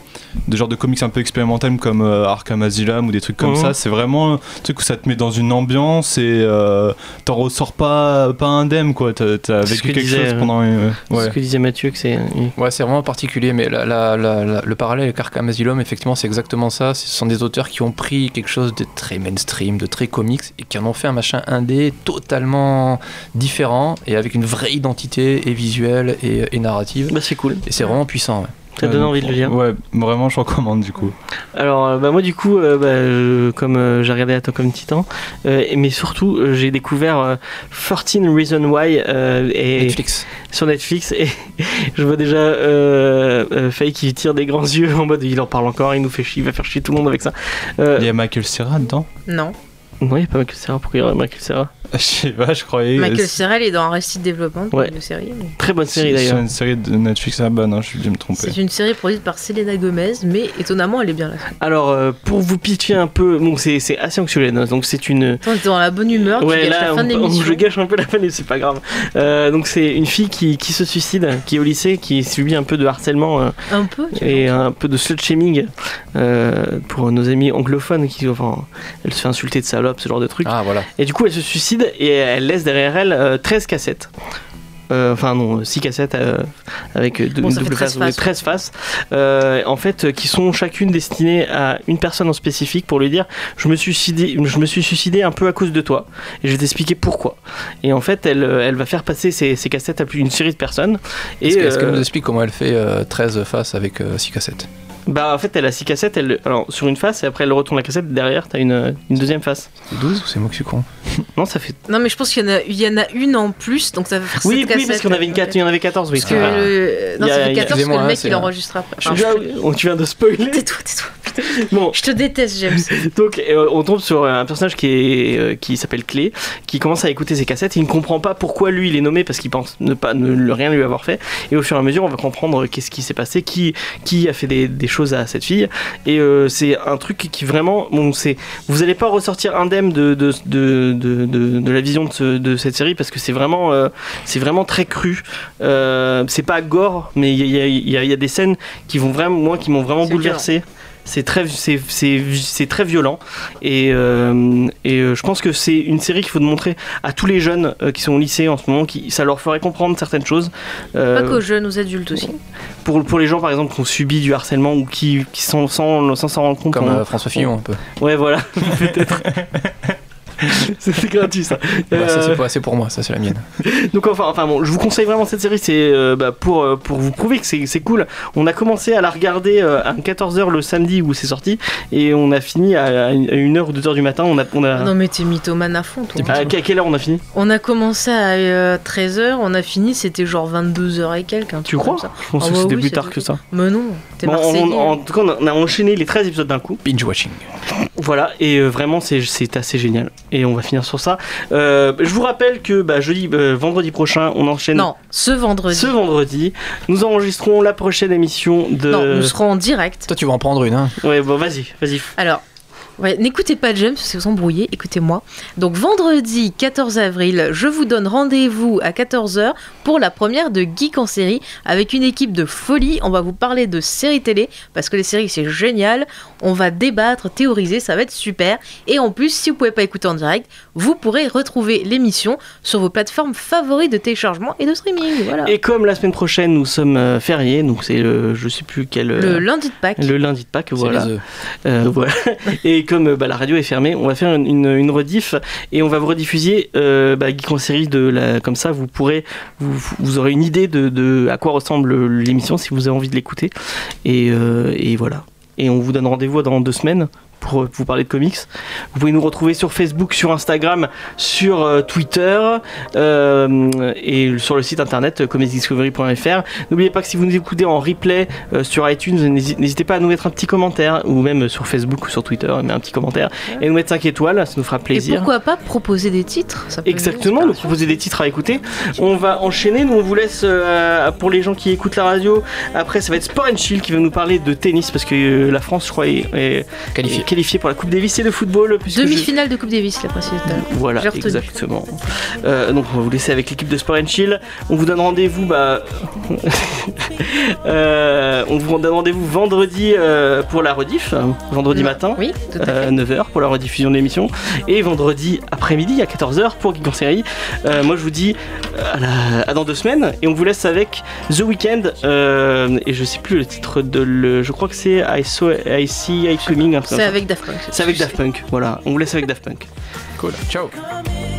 S3: des genres de comics un peu expérimentaux comme euh, Arkham Asylum ou des trucs comme
S1: Mhm.
S3: ça, c'est vraiment un truc où ça te met dans une ambiance et euh, t'en ressors pas, pas indemne, quoi, t'as t'as
S1: C'est ce
S3: vécu
S1: que
S3: quelque
S1: disait,
S3: chose
S1: euh,
S3: pendant... une-
S1: C'est
S3: ouais.
S1: ce que disait Mathieu, que c'est.
S4: Ouais, c'est vraiment particulier, mais la- la- la- la- le parallèle avec Arkham Asylum, effectivement, c'est exactement ça. Ce sont des auteurs qui ont pris quelque chose de très mainstream, de très comics, et qui en ont fait un machin indé totalement différent, et avec une vraie identité, et visuelle, et, et narrative.
S1: Bah, c'est cool.
S4: Et c'est vraiment puissant, ouais.
S1: Ça donne
S3: Euh,
S1: envie de le lire.
S3: Ouais, vraiment, je recommande du coup.
S1: Alors, euh, bah, moi, du coup, euh, bah, euh, comme euh, j'ai regardé Attack on Titan, euh, et- mais surtout, euh, j'ai découvert euh, 14 Reasons Why euh, et,
S4: Netflix.
S1: sur Netflix et je vois déjà euh, euh, Faye qui tire des grands yeux en mode il en parle encore, il nous fait chier, il va faire chier tout le monde avec ça. Euh,
S3: Il y a Michael Cera dedans
S2: Non.
S1: Non, il n'y a pas Michael Serra, pourquoi il y aurait Michael Serra
S3: Je sais pas, je croyais...
S2: Michael Cyrell est dans un récit de développement pour
S1: Ouais.
S2: une série. mais-
S1: Très bonne série
S3: C'est-
S1: d'ailleurs.
S3: C'est une série de Netflix, ah bah non, je suis dû me tromper.
S2: C'est une série produite par Selena Gomez, mais étonnamment, elle est bien là.
S1: Alors, euh, pour vous pitcher un peu, bon, c'est c'est assez anxiogène, hein, donc c'est une,
S2: Attends, t'es dans la bonne humeur, Hein, tu
S1: Ouais,
S2: gâches
S1: là,
S2: la fin de
S1: on- on-
S2: l'émission.
S1: je gâche un peu la fin, mais c'est pas grave. Euh, donc, c'est une fille qui, qui se suicide, qui est au lycée, qui subit un peu de harcèlement euh,
S2: Un peu. tu
S1: et un peu de slut shaming euh, pour nos amis anglophones. Qui, enfin, elle se fait insulter de salope, ce genre de truc.
S4: Ah, voilà.
S1: Et du coup, elle se suicide et elle laisse derrière elle euh, 13 cassettes. Euh, Enfin non, 6 cassettes euh, avec euh, deux-
S2: Bon,
S1: une
S2: ça fait
S1: double
S2: 13
S1: face, ouais,
S2: faces,
S1: 13 faces, euh, en fait, euh, qui sont chacune destinées à une personne en spécifique pour lui dire je me suis suicidé, je me suis suicidé un peu à cause de toi et je vais t'expliquer pourquoi. Et en fait, elle, euh, elle va faire passer ces, ces cassettes à plus une série de personnes. Et
S4: Est-ce que- est-ce qu'elle
S1: euh,
S4: nous explique comment elle fait euh, 13 faces avec 6 cassettes
S1: bah en fait, elle a 6 cassettes, elle, alors sur une face et après elle retourne la cassette derrière, t'as une, une deuxième face.
S4: C'est 12 ou c'est moi qui suis con
S1: Non, ça fait.
S2: vois. Non, mais je pense qu'il y, en a- il y en a une en plus, donc ça va faire
S1: Oui,
S2: sept
S1: oui, parce
S2: cassettes. euh,
S1: qu'on avait une
S2: Ok.
S1: 4, il y en avait 14, oui.
S2: Parce que
S4: Ah.
S2: le... non,
S1: Il y a-
S2: ça
S1: il y a-
S2: fait 14 que le
S4: Excusez-moi,
S2: mec
S4: c'est
S2: il
S4: un-
S2: enregistre après.
S1: Je
S2: Enfin,
S1: viens- on- tu viens de spoiler.
S2: Tais-toi, tais-toi.
S1: Bon,
S2: Je te déteste, James.
S1: donc euh, on tombe sur un personnage qui est euh, qui s'appelle Clé, qui commence à écouter ses cassettes. Il ne comprend pas pourquoi lui il est nommé parce qu'il pense ne pas ne le- rien lui avoir fait. Et au fur et à mesure, on va comprendre qu'est-ce qui s'est passé, qui qui a fait des, des choses à cette fille. Et euh, c'est un truc qui vraiment, bon, c'est vous allez pas ressortir indemne de de, de, de, de- de la vision de, ce- de cette série parce que c'est vraiment euh, c'est vraiment très cru. Euh, c'est pas gore, mais il y a, il y a- il y a des scènes qui vont vraiment moi qui m'ont vraiment
S2: C'est
S1: bouleversé. C'est très, c'est, c'est, c'est très violent et, euh, et euh, je pense que c'est une série qu'il faut montrer à tous les jeunes euh, qui sont au lycée en ce moment, qui, ça leur ferait comprendre certaines choses. Euh,
S2: Pas qu'aux jeunes, aux adultes aussi.
S1: pour, pour les gens par exemple qui ont subi du harcèlement ou qui, qui sont, sans sans s'en rendre compte.
S4: Comme
S1: on-
S4: euh, François Fillon, un peu.
S1: Ouais voilà, peut-être. C'était gratuit ça.
S4: Ouais, Bah, ça,
S1: Euh,
S4: c'est pas assez pour moi, ça, c'est la mienne.
S1: donc enfin, enfin bon, je vous conseille vraiment cette série, c'est euh, bah, pour, euh, pour vous prouver que c'est c'est cool. On a commencé à la regarder euh, à 14h le samedi où c'est sorti et on a fini à 1h ou 2h du matin. On a, on a...
S2: Ah Non, mais t'es mythomane à fond, toi.
S1: à, à quelle heure on a fini
S2: On a commencé à 13h, on a fini, c'était genre 22h et quelques. un
S1: Tu
S2: truc
S1: crois
S2: comme ça.
S1: Je pense
S2: Ah
S1: que
S2: bah
S1: c'était
S2: oui,
S1: plus
S2: c'est
S1: tard
S2: tout.
S1: que ça.
S2: Mais non, t'es
S1: Bon, on-
S2: marseillais. hein.
S1: on- en tout cas, on a- on a enchaîné les 13 épisodes d'un coup.
S4: Binge watching.
S1: Voilà, et euh, vraiment c'est- c'est assez génial. Et on va finir sur ça. Euh, je vous rappelle que bah, jeudi, euh, vendredi prochain, on enchaîne
S2: Non, ce vendredi.
S1: ce vendredi. Nous enregistrons la prochaine émission de.
S2: Non, nous serons en direct.
S4: Toi, tu vas en prendre une, hein
S1: Ouais, bon, vas-y, vas-y.
S2: Alors, ouais, n'écoutez pas James parce que vous embrouillez, écoutez-moi. Donc vendredi 14 avril, je vous donne rendez-vous à 14h pour la première de Geek en série avec une équipe de folie. On va vous parler de séries télé parce que les séries c'est génial. On va débattre, théoriser, ça va être super. Et en plus, si vous pouvez pas écouter en direct, vous pourrez retrouver l'émission sur vos plateformes favorites de téléchargement et de streaming. Voilà.
S1: Et comme la semaine prochaine nous sommes euh, fériés, donc c'est le, je sais plus quel. euh,
S2: le lundi de Pâques.
S1: le lundi de Pâques,
S4: C'est
S1: voilà.
S4: les œufs.
S1: Euh, voilà. et comme euh, bah, la radio est fermée, on va faire une, une, une rediff et on va vous rediffuser euh, bah, Geek en série de la, comme ça vous pourrez, vous, vous aurez une idée de, de à quoi ressemble l'émission si vous avez envie de l'écouter. Et, euh, et voilà. Et on vous donne rendez-vous dans deux semaines pour euh, vous parler de comics. Vous pouvez nous retrouver sur Facebook, sur Instagram, sur euh, Twitter euh, et sur le site internet euh, comicsdiscovery.fr. N'oubliez pas que si vous nous écoutez en replay euh, sur iTunes, n'hési- n'hésitez pas à nous mettre un petit commentaire ou même sur Facebook ou sur Twitter, mais un petit commentaire et nous mettre 5 étoiles, ça nous fera
S2: Et
S1: plaisir.
S2: pourquoi pas proposer des titres ça peut venir,
S1: Exactement,
S2: c'est
S1: nous
S2: pas-
S1: proposer des titres à écouter. On va enchaîner, nous on vous laisse euh, pour les gens qui écoutent la radio. Après, ça va être Sport and Chill qui va nous parler de tennis parce que euh, la France, je crois, est, est-
S4: Qualifié.
S1: est qualifié pour la Coupe Davis et le football. puisque je-
S2: Demi-finale de Coupe Davis, la précise tout à l'heure.
S1: Voilà,
S2: J'ai retenu.
S1: exactement. Euh, donc on va vous laisser avec l'équipe de Sport and Chill. On vous donne rendez-vous, bah, euh, on vous donne rendez-vous vendredi euh, pour la rediff, euh, vendredi matin.
S2: Oui, tout à fait.
S1: euh, 9h pour la rediffusion de l'émission et vendredi après-midi à 14h pour Geek en série. Euh, moi je vous dis euh, à, la- à dans deux semaines et on vous laisse avec The Weeknd euh, et je sais plus le titre de le je crois que c'est I saw I see I coming un truc comme
S2: euh, C'est
S1: ça.
S2: avec Daft Punk.
S1: C'est avec Daft Punk. Voilà, on vous laisse avec Daft Punk.
S4: Cool. Ciao.
S5: coming